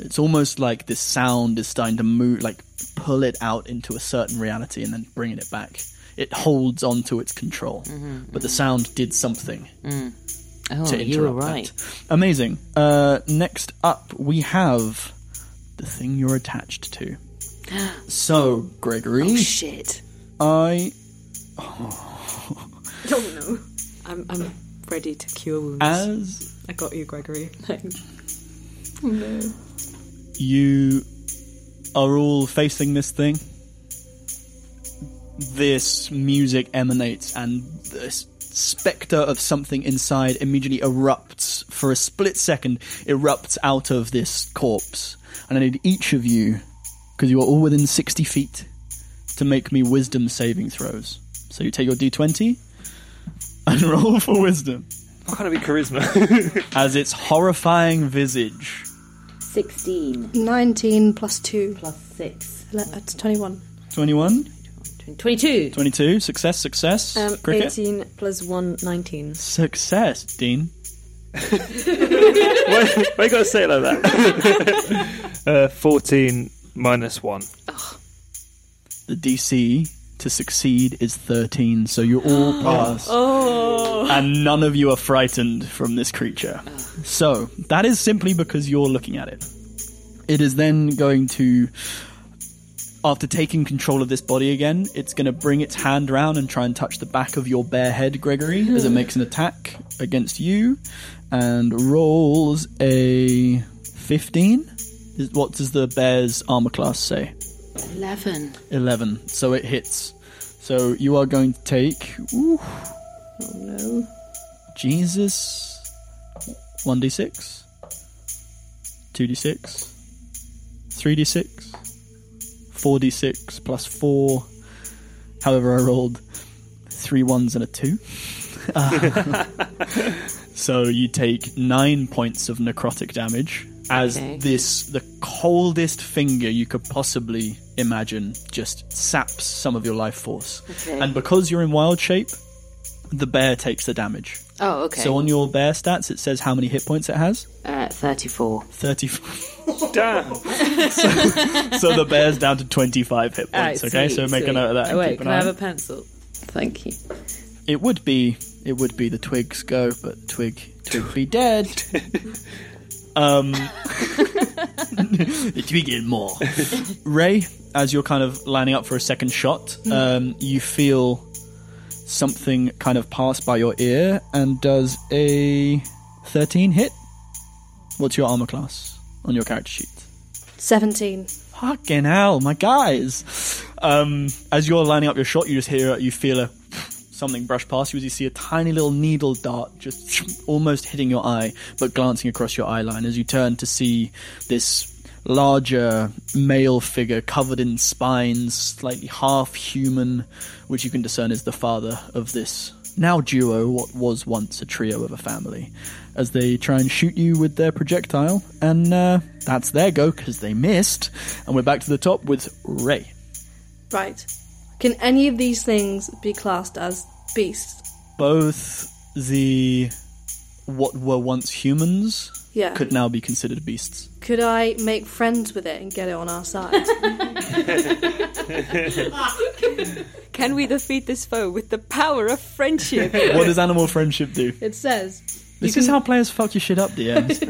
G: It's almost like this sound is starting to move, like pull it out into a certain reality and then bringing it back. It holds on to its control, but the sound did something
B: Mm-hmm, Oh,
G: to
B: you were
G: interrupt
B: right.
G: that. Amazing. Uh, next up, we have the thing you're attached to. So, Gregory,
B: Oh, Shit.
G: I
E: Oh no, I'm, I'm ready to cure wounds.
G: Uh, as
E: I got you, Gregory.
G: you are all facing this thing. this music emanates and this specter of something inside immediately erupts for a split second erupts out of this corpse and i need each of you because you are all within 60 feet to make me wisdom saving throws so you take your d20 and roll for wisdom
C: What kind of be charisma?
G: as its horrifying visage
I: 16
D: 19 plus 2.
I: plus 6.
D: Ele- uh, That's 21.
G: 21
I: 22.
G: 22 success success
E: Um,
G: cricket
E: 18 plus 1, 19.
G: success dean
C: why, why you gotta say it like that? uh, 14 minus 1.
G: The DC to succeed is 13, so you all pass. And none of you are frightened from this creature. So, that is simply because you're looking at it. It is then going to. After taking control of this body again, it's going to bring its hand round and try and touch the back of your bare head, Gregory, as it makes an attack against you and rolls a 15. Is- What does the bear's armor class say?
B: 11.
G: 11. So it hits. So you are going to take. Ooh,
E: Oh no.
G: Jesus. 1d6. 2d6. 3d6. 4d6 plus 4. However, I rolled three ones and a two. so you take nine points of necrotic damage as
B: Okay.
G: this, the coldest finger you could possibly imagine, just saps some of your life force. And because you're in wild shape, the bear takes the damage.
B: Oh, okay.
G: So on your bear stats, it says how many hit points it has.
B: uh, 34.
G: 34.
C: Damn!
G: so the bear's down to 25 hit points,
B: Alright,
G: okay?
B: sweet,
G: so make
B: sweet.
G: a note of that.
B: Oh,
G: and
B: wait,
G: keep an
B: can I
G: eye
B: have
G: on
B: a
G: it.
B: pencil? Thank you.
G: It would be it would be the twigs go, but twig twig be dead. um, the twig in more. Ray, as you're kind of lining up for a second shot, um, you feel something kind of pass by your ear and does a 13 hit. What's your armor class on your character sheet?
D: 17.
G: Fucking hell, my guys! Um, as you're lining up your shot, you just hear, you feel a something brush past you as you see a tiny little needle dart just almost hitting your eye, but glancing across your eye line as you turn to see this larger male figure covered in spines, slightly half human, which you can discern is the father of this now duo, what was once a trio of a family, as they try and shoot you with their projectile. And uh, that's their go because they missed. And we're back to the top with Ray.
D: Right. Can any of these things be classed as beasts?
G: both the what were once humans
D: Yeah.
G: could now be considered beasts.
D: Could I make friends with it and get it on our side?
E: Can we defeat this foe with the power of friendship?
G: What does animal friendship do?
D: it says
G: This is how players fuck your shit up, DMs.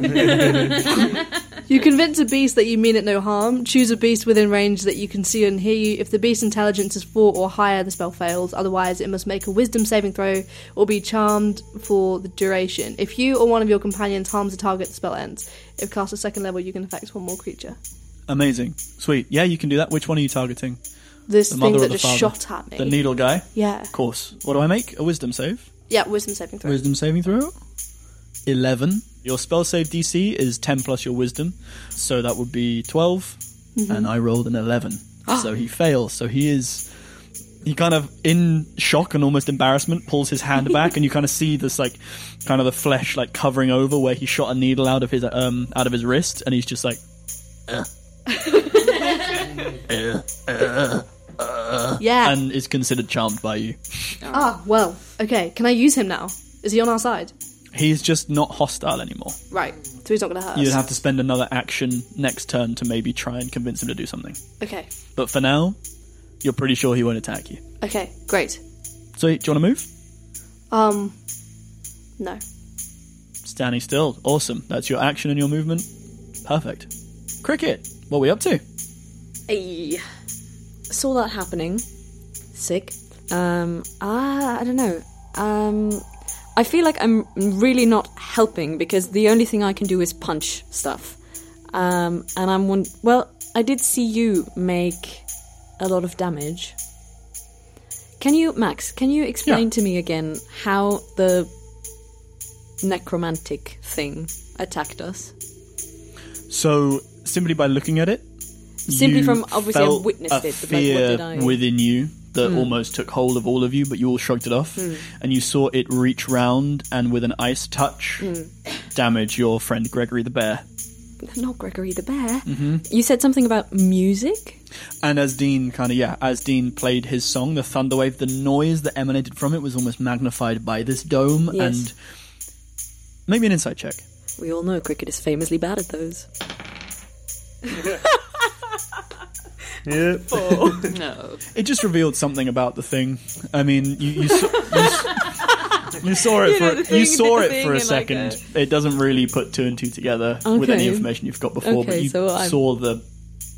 D: You convince a beast that you mean it no harm. Choose a beast within range that you can see and hear you. If the beast's intelligence is 4 or higher, the spell fails. Otherwise, it must make a wisdom saving throw or be charmed for the duration. If you or one of your companions harms a target, the spell ends. If cast at second level, you can affect one more creature.
G: Amazing, sweet. Yeah, you can do that. Which one are you targeting?
D: This
G: The
D: thing
G: mother
D: that
G: or the
D: just
G: father?
D: shot at me.
G: The needle guy.
D: yeah.
G: Of course. What do I make? A wisdom save.
D: Yeah, wisdom saving throw.
G: Wisdom saving throw. Eleven. Your spell save DC is ten plus your wisdom, so that would be 12 And I rolled an eleven, so he fails. So he is he kind of in shock and almost embarrassment pulls his hand back and you kind of see this like kind of the flesh like covering over where he shot a needle out of his um out of his wrist and he's just like
D: yeah.
G: and is considered charmed by you
D: ah, well. Okay, can I use him now? Is he on our side?
G: he's just not hostile anymore
D: Right. So he's not going to hurt
G: you'd
D: us.
G: have to spend another action next turn to maybe try and convince him to do something
D: Okay.
G: but for now you're pretty sure he won't attack you
D: Okay, great.
G: so do you want to move
D: Um, no.
G: standing still awesome that's your action and your movement perfect cricket what are we up to
E: Ay. Saw that happening. Sick. Um, ah, I don't know. Um, I feel like I'm really not helping because the only thing I can do is punch stuff. Um, and I'm one. Well, I did see you make a lot of damage. Can you, Max? Can you explain
G: Yeah.
E: to me again how the necromantic thing attacked us?
G: So simply by looking at it,
E: Simply
G: you
E: from- obviously I've
G: felt
E: witnessed
G: a
E: it, but, like, what
G: fear
E: did I- Hmm.
G: within you that almost took hold of all of you, but you all shrugged it off, and you saw it reach round and with an ice touch
E: Hmm.
G: damage your friend Gregory the bear.
E: Not Gregory the bear.
G: Mm-hmm.
E: You said something about music.
G: And as Dean kind of yeah, as Dean played his song, the thunderwave, the noise that emanated from it was almost magnified by this dome,
E: Yes.
G: and maybe an insight check.
E: We all know cricket is famously bad at those.
C: Yep.
B: No.
G: It just revealed something about the thing. I mean, you you, saw, you, s- you saw it
E: know,
G: for
E: the
G: you
E: thing-
G: saw
E: the
G: it for
E: thing
G: a
E: in, like, uh,
G: second. It doesn't really put two and two together with
E: Okay.
G: any information you've got before, but
E: Okay,
G: you
E: so I'm-
G: saw the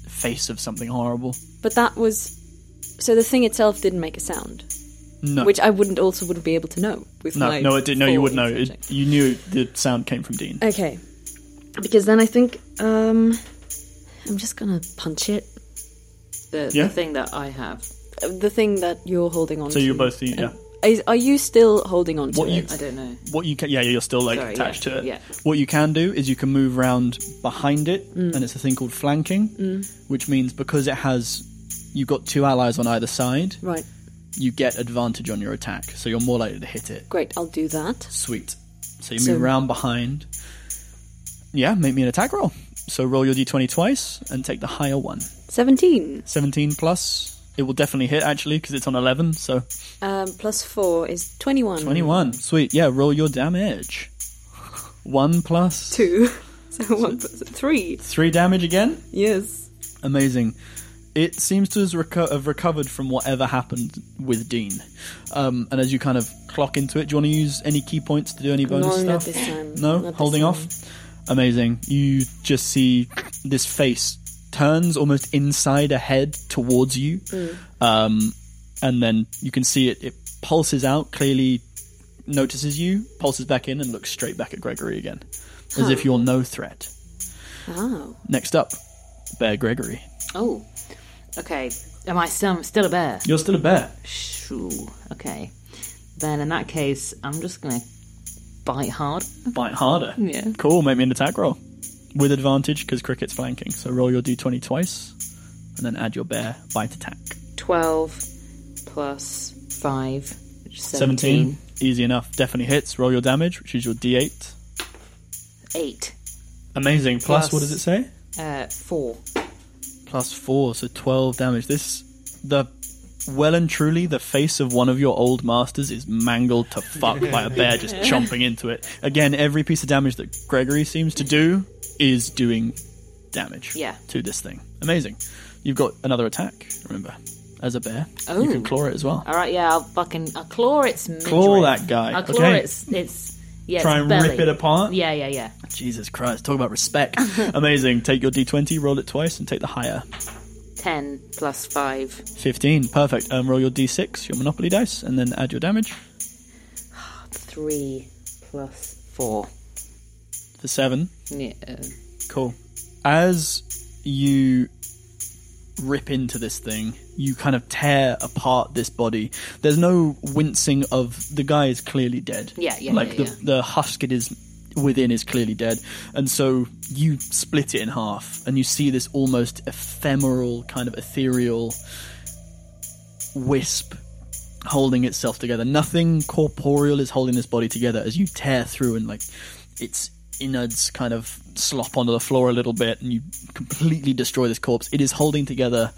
G: face of something horrible.
E: But that was so the thing itself didn't make a sound,
G: No,
E: which I wouldn't also wouldn't be able to know with
G: no,
E: my
G: no, it did. No, you
E: full
G: would know.
E: insight check.
G: It, you knew the sound came from Dean.
E: Okay. Because then I think um I'm just gonna punch it.
B: The,
G: Yeah?
B: the thing that I have.
E: Uh, The thing that you're holding on
G: So
E: to.
G: you're both the yeah.
E: Is, are you still holding on to
G: What you-
E: it?
B: I don't know.
G: What you can yeah, you're still like
B: Sorry,
G: attached
B: yeah,
G: to it.
B: yeah.
G: What you can do is you can move round behind it, and it's a thing called flanking, which means because it has. You've got two allies on either side.
E: Right.
G: you get advantage on your attack, so you're more likely to hit it.
E: Great, I'll do that.
G: Sweet. So you
E: So-
G: move around behind. Yeah, make me an attack roll. So roll your d20 twice and take the higher one.
E: Seventeen.
G: 17 plus. It will definitely hit actually because it's on 11, so
E: Um plus four is twenty-one.
G: 21. Sweet. Yeah, roll your damage. 1 plus
E: Two. So one plus three.
G: 3 damage again.
E: Yes.
G: Amazing. It seems to has reco- have recovered from whatever happened with Dean. Um, and as you kind of clock into it, do you want to use any key points to do any bonus
E: no, not
G: stuff?
E: this time.
G: No,
E: Not this
G: holding
E: time.
G: off. Amazing. You just see this face turns almost inside a head towards you,
E: Mm.
G: um, and then you can see it. It pulses out clearly, notices you, pulses back in, and looks straight back at Gregory again, as if you're no threat.
E: Oh.
G: Next up, Bear Gregory.
B: Oh. Okay. Am I still, still a bear?
G: You're still a bear.
B: Shoo. Okay. Then in that case, I'm just going to bite hard.
G: Bite harder.
B: Yeah.
G: Cool. Make me an attack roll with advantage because cricket's flanking. So roll your d20 twice, and then add your bear bite attack.
B: 12 plus 5. 17.
G: 17. Easy enough. Definitely hits. Roll your damage, which is your d8.
B: 8.
G: Amazing. Plus,
B: Plus-
G: what does it say?
B: Uh, 4.
G: Plus 4, so 12 damage. This, the, well and truly, the face of one of your old masters is mangled to fuck by a bear just chomping into it. Again, every piece of damage that Gregory seems to do is doing damage
B: Yeah.
G: to this thing. Amazing. You've got another attack, remember, as a bear. You
B: Oh.
G: can claw it as well.
B: All right, yeah, I'll fucking I'll claw its midriff.
G: Claw that guy,
B: I'll claw
G: okay.
B: its its yeah.
G: Try
B: its
G: and
B: belly.
G: rip it apart.
B: Yeah, yeah, yeah.
G: Jesus Christ, talk about respect. Amazing. Take your d20, roll it twice, and take the higher.
B: Ten plus five.
G: 15. Perfect. Um, roll your d6, your Monopoly dice, and then add your damage
B: Three plus four.
G: for 7.
B: Yeah. uh,
G: Cool. As you rip into this thing, you kind of tear apart this body. There's no wincing of the guy is clearly dead.
B: Yeah, yeah,
G: Like
B: yeah,
G: the
B: yeah.
G: the husk it is within is clearly dead, and so you split it in half, and you see this almost ephemeral kind of ethereal wisp holding itself together. Nothing corporeal is holding this body together as you tear through and like its innards kind of slop onto the floor a little bit and you completely destroy this corpse. It is holding together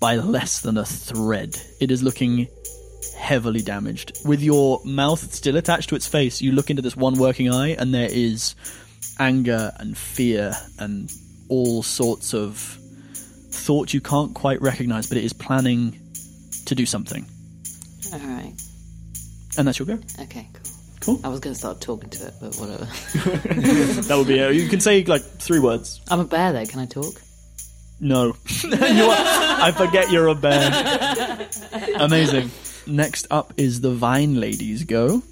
G: by less than a thread. It is looking heavily damaged. With your mouth still attached to its face, you look into this one working eye and there is anger and fear and all sorts of thought you can't quite recognize, but it is planning to do something.
B: all right.
G: And that's your go.
B: Okay. Cool.
G: Cool.
B: I was gonna start talking to it, but whatever.
G: That would be it. You can say like three words.
B: I'm a bear, though. Can I talk?
G: No. You are- I forget you're a bear. Amazing. Next up is the Vine Ladies go.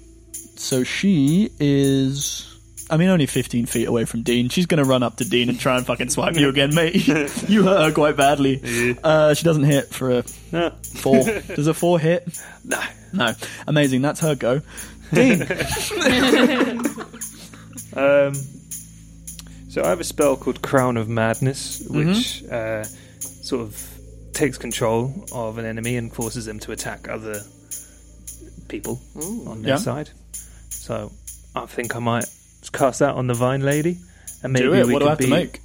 G: So she is I mean, only 15 feet away from Dean. She's going to run up to Dean and try and fucking swipe you again, mate. you hurt her quite badly. Uh, she doesn't hit for a
C: No.
G: four. Does a four hit?
C: No.
G: No. Amazing. That's her go. Dean.
C: Um, so I have a spell called Crown of Madness, which uh, sort of takes control of an enemy and forces them to attack other people on their
G: Yeah.
C: side. So I think I might cast that on the Vine Lady, and maybe
G: do it.
C: we
G: What
C: could
G: do I have
C: be
G: to make?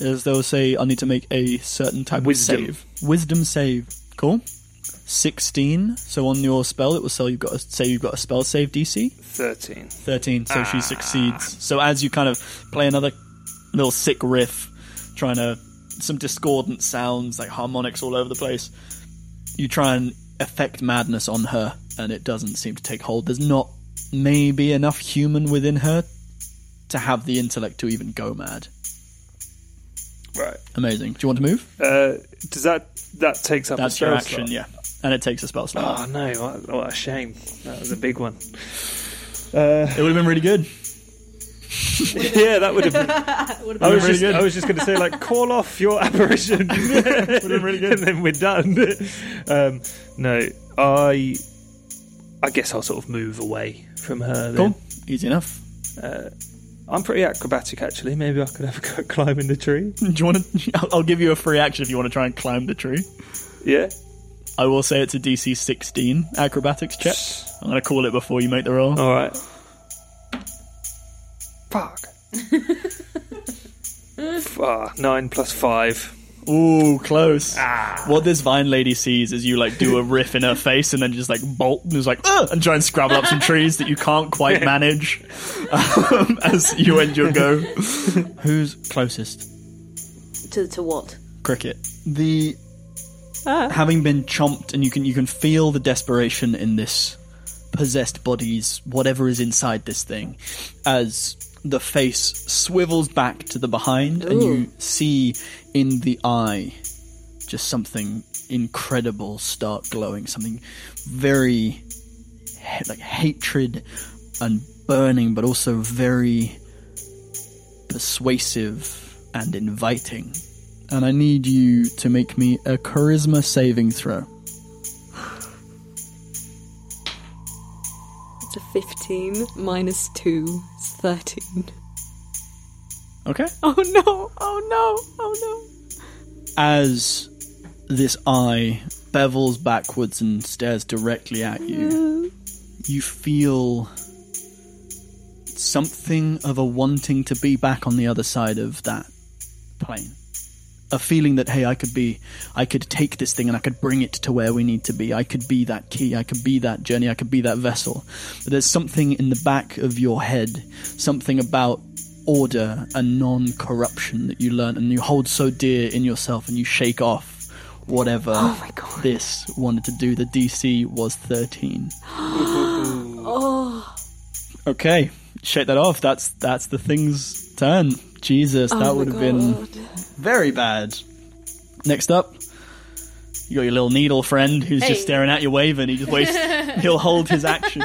G: As they'll say, I need to make a certain type
C: Wisdom.
G: of save. Wisdom save. Cool. 16. So on your spell, it will say you've got a, say you've got a spell save DC.
C: thirteen.
G: 13. So she succeeds. So as you kind of play another little sick riff, trying to. some discordant sounds, like harmonics all over the place, you try and affect madness on her, and it doesn't seem to take hold. There's not maybe enough human within her to have the intellect to even go mad.
C: Right.
G: Amazing. Do you want to move?
C: Uh, does that that takes up a
G: That's
C: spell
G: your action,
C: slot?
G: yeah. And it takes a spell slot.
C: Oh no! What, what a shame. That was a big one.
G: It would have been really good.
C: yeah, that would have been. I was, just, I was just going to say, like, call off your apparition. and then we're done. Um, no, I. I guess I'll sort of move away from her. Then.
G: Cool. Easy enough.
C: I'm pretty acrobatic, actually. Maybe I could have a go at climbing the tree.
G: Do you want to? I'll- I'll give you a free action if you want to try and climb the tree.
C: Yeah.
G: I will say it's a DC 16 acrobatics check. I'm going to call it before you make the roll.
C: All right. Fuck. Fuck. Nine plus five.
G: Ooh, close. What this vine lady sees is you like do a riff in her face and then just like bolt and is like, Ugh! and try and scrabble up some trees that you can't quite manage um, as you end your go. Who's closest?
I: To, to what?
G: cricket. The having been chomped, and you can you can feel the desperation in this possessed body's whatever is inside this thing, as the face swivels back to the behind, and you see in the eye just something incredible start glowing, something very he- like hatred and burning, but also very persuasive and inviting and I need you to make me a charisma saving throw.
E: It's a 15 minus 2. It's 13.
G: Okay.
E: Oh no! Oh no! Oh
G: As this eye bevels backwards and stares directly at you, you feel something of a wanting to be back on the other side of that plane. A feeling that, hey, I could be, I could take this thing and I could bring it to where we need to be. I could be that key. I could be that journey. I could be that vessel. But there's something in the back of your head, something about order and non corruption that you learn and you hold so dear in yourself and you shake off whatever this wanted to do. The DC was 13. Okay, shake that off. That's that's the thing's turn. Jesus, that would have been very bad. Next up, you got your little needle friend who's just staring at you, waving. He just waits. he'll hold his action.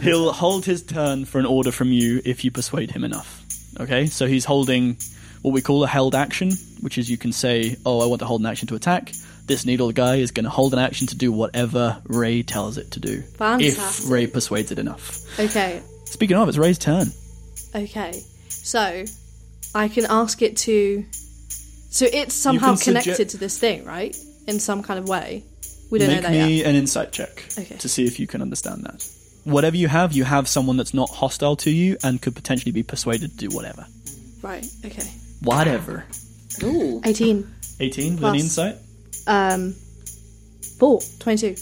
G: he'll hold his turn for an order from you if you persuade him enough. Okay, so he's holding what we call a held action, which is you can say, "Oh, I want to hold an action to attack." This needle guy is going to hold an action to do whatever Ray tells it to do. If
D: Fantastic.
G: Ray persuades it enough.
D: Okay,
G: Speaking of, it's Ray's turn.
D: okay. So I can ask it to. So it's somehow
G: can sugge-
D: connected to this thing, right? In some kind of way. We don't
G: Make
D: know that
G: me
D: yet.
G: an insight check
D: Okay.
G: to see if you can understand that. Whatever you have, you have someone that's not hostile to you and could potentially be persuaded to do whatever.
D: Right. Okay.
G: Whatever.
I: Ooh.
D: Eighteen.
G: 18 with an
D: Plus.
G: insight?
D: Um. Four. Twenty-two.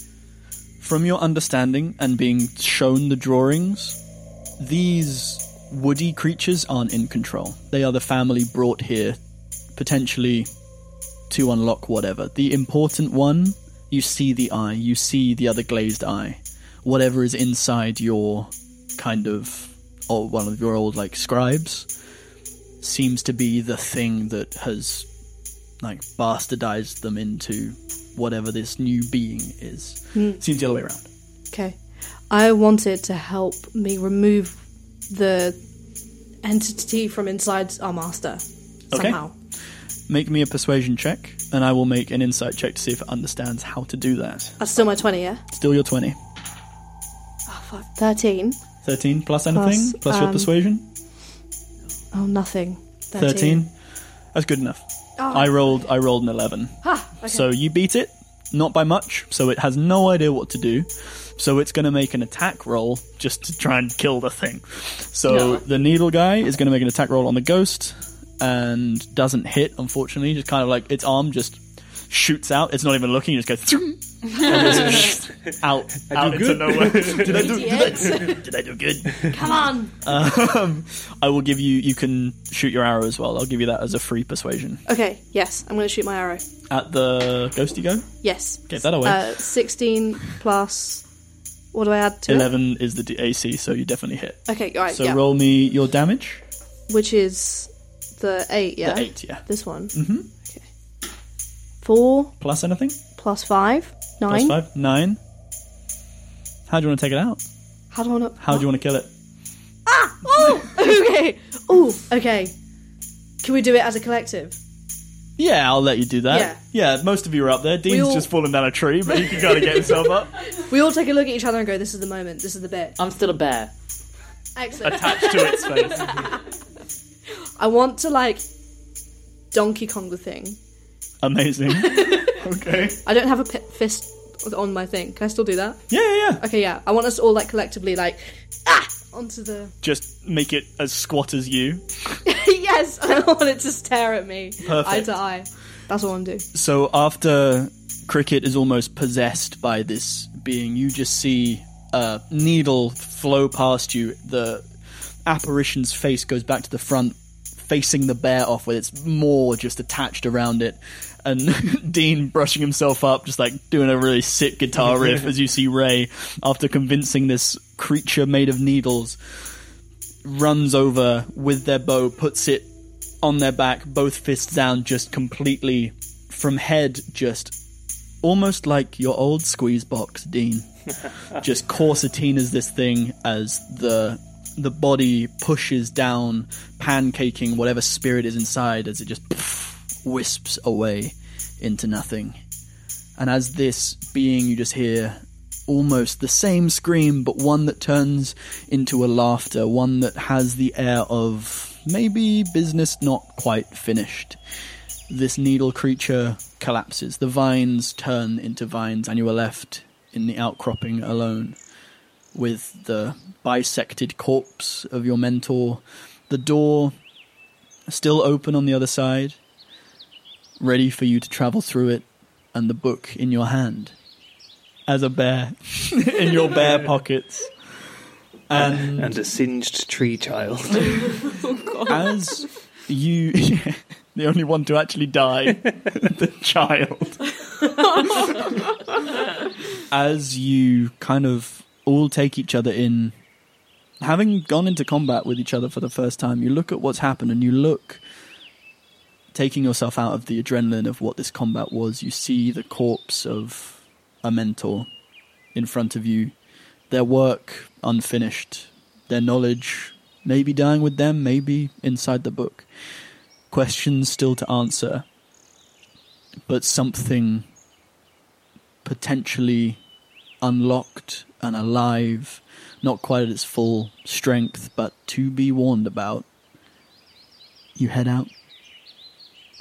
G: From your understanding and being shown the drawings, these woody creatures aren't in control. They are the family brought here, potentially to unlock whatever. The important one, you see the eye, you see the other glazed eye. Whatever is inside your kind of, or one of your old like scribes, seems to be the thing that has like bastardized them into whatever this new being is. Seems the other way around.
D: Okay. I wanted to help me remove the entity from inside our master.
G: Okay.
D: Somehow.
G: Make me a persuasion check, and I will make an insight check to see if it understands how to do that.
D: That's still my 20, yeah?
G: Still your 20.
D: Oh, fuck. 13.
G: 13 plus anything? Plus, your
D: um,
G: persuasion?
D: Oh, nothing. 13.
G: 13. That's good enough. I rolled I rolled an 11.
D: Oh. Ha! Okay.
G: So you beat it, not by much, so it has no idea what to do. So it's going to make an attack roll just to try and kill the thing. So the needle guy is going to make an attack roll on the ghost and doesn't hit, unfortunately. Just kind of like its arm just shoots out. It's not even looking, it just goes and just out, out into nowhere. did, I do, did, I, did I do good?
D: Come on!
G: Um, I will give you, you can shoot your arrow as well. I'll give you that as a free persuasion.
D: Okay, yes, I'm going to shoot my arrow.
G: At the ghosty go?
D: Yes.
G: Get that away.
D: Uh, 16 plus. What do I add to it?
G: 11 is the d- AC, so you definitely hit.
D: Okay, alright,
G: So
D: yeah.
G: roll me your damage.
D: Which is the 8, yeah?
G: The Mm-hmm. 8, yeah.
D: This one. Mm hmm. Okay. 4
G: Plus anything?
D: plus 5. 9.
G: Plus 5? 9. How do you want to take it out?
D: How do I not.
G: How do you want to kill it?
D: okay. Oh, okay. Can we do it as a collective?
G: Yeah, I'll let you do that. Yeah, most of you are up there. Dean's
D: all-
G: just fallen down a tree, but he can kind of get himself up.
D: We all take a look at each other and go, "This is the moment. This is the bit."
B: I'm still a bear.
D: Excellent.
G: Attached to its face.
D: I want to like Donkey Kong the thing.
G: Amazing. Okay.
D: I don't have a pi fist on my thing. Can I still do that?
G: Yeah, yeah, yeah.
D: Okay, yeah. I want us all like collectively like ah onto the
G: Just make it as squat as you.
D: yes. I want it to stare at me eye
G: Perfect.
D: to eye. That's what I want to do.
G: So after Cricket is almost possessed by this being, you just see a needle flow past you. The apparition's face goes back to the front, facing the bear off with its maw just attached around it. And Dean brushing himself up, just like doing a really sick guitar riff as you see Ray, after convincing this creature made of needles, runs over with their bow, puts it on their back, both fists down, just completely from head, just almost like your old squeeze box, Dean. just corsetinas this thing as the the body pushes down, pancaking whatever spirit is inside as it just wisps away into nothing. And as this being, you just hear almost the same scream, but one that turns into a laughter, one that has the air of maybe business not quite finished. This needle creature collapses. The vines turn into vines, and you are left in the outcropping alone with the bisected corpse of your mentor. The door still open on the other side, ready for you to travel through it, and the book in your hand as a bear in your bear pockets. And
C: and a singed tree child.
G: as you, the only one to actually die, the child. as you kind of all take each other in, having gone into combat with each other for the first time, you look at what's happened and you look, taking yourself out of the adrenaline of what this combat was, you see the corpse of a mentor in front of you, their work unfinished, their knowledge maybe dying with them, maybe inside the book. Questions still to answer, but something potentially unlocked and alive, not quite at its full strength, but to be warned about. You head out.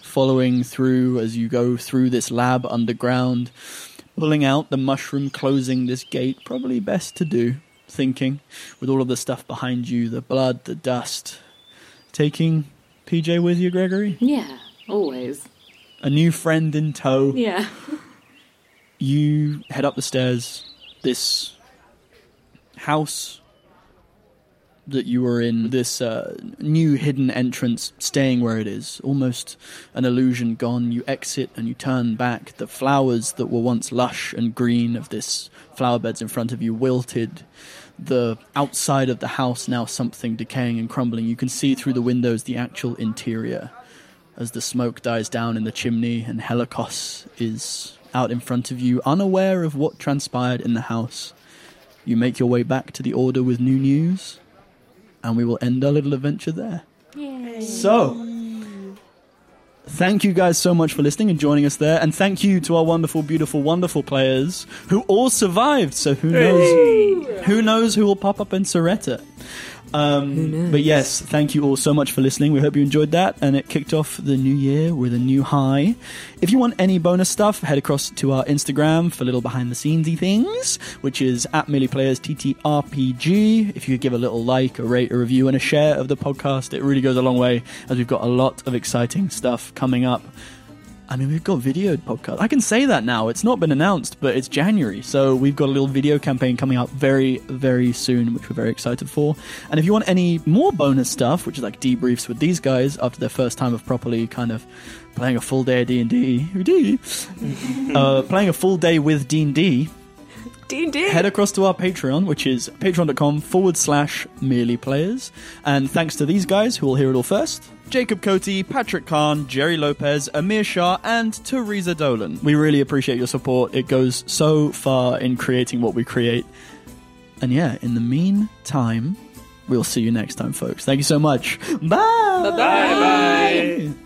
G: Following through as you go through this lab underground, pulling out the mushroom, closing this gate, probably best to do, thinking, with all of the stuff behind you, the blood, the dust. Taking PJ with you, Gregory?
B: Yeah, always.
G: A new friend in tow.
E: Yeah.
G: You head up the stairs. This house that you were in, this uh, new hidden entrance, staying where it is, almost an illusion gone. You exit and you turn back. The flowers that were once lush and green of this flower beds in front of you wilted. The outside of the house now something decaying and crumbling. You can see through the windows the actual interior as the smoke dies down in the chimney and Helicos is out in front of you, unaware of what transpired in the house. You make your way back to the Order with new news and we will end our little adventure there. So, thank you guys so much for listening and joining us there, and thank you to our wonderful, beautiful, wonderful players who all survived. So who knows? Who knows who will pop up in Soretta? Um, but yes, thank you all so much for listening. We hope you enjoyed that, and it kicked off the new year with a new high. If you want any bonus stuff, head across to our Instagram for little behind the scenesy things, which is at Players TTRPG. If you give a little like, a rate, a review, and a share of the podcast, it really goes a long way. As we've got a lot of exciting stuff coming up. I mean, we've got videoed podcast. I can say that now. It's not been announced, but it's January. So we've got a little video campaign coming up very, very soon, which we're very excited for. And if you want any more bonus stuff, which is like debriefs with these guys after their first time of properly kind of playing a full day of D&D, Who do? uh, playing a full day with D&D,
E: D&D.
G: head across to our Patreon, which is patreon.com forward slash merely players. And thanks to these guys who will hear it all first Jacob Cote, Patrick Kahn, Jerry Lopez, Amir Shah, and Teresa Dolan. We really appreciate your support. It goes so far in creating what we create. And yeah, in the meantime, we'll see you next time, folks. Thank you so much. Bye. Bye bye.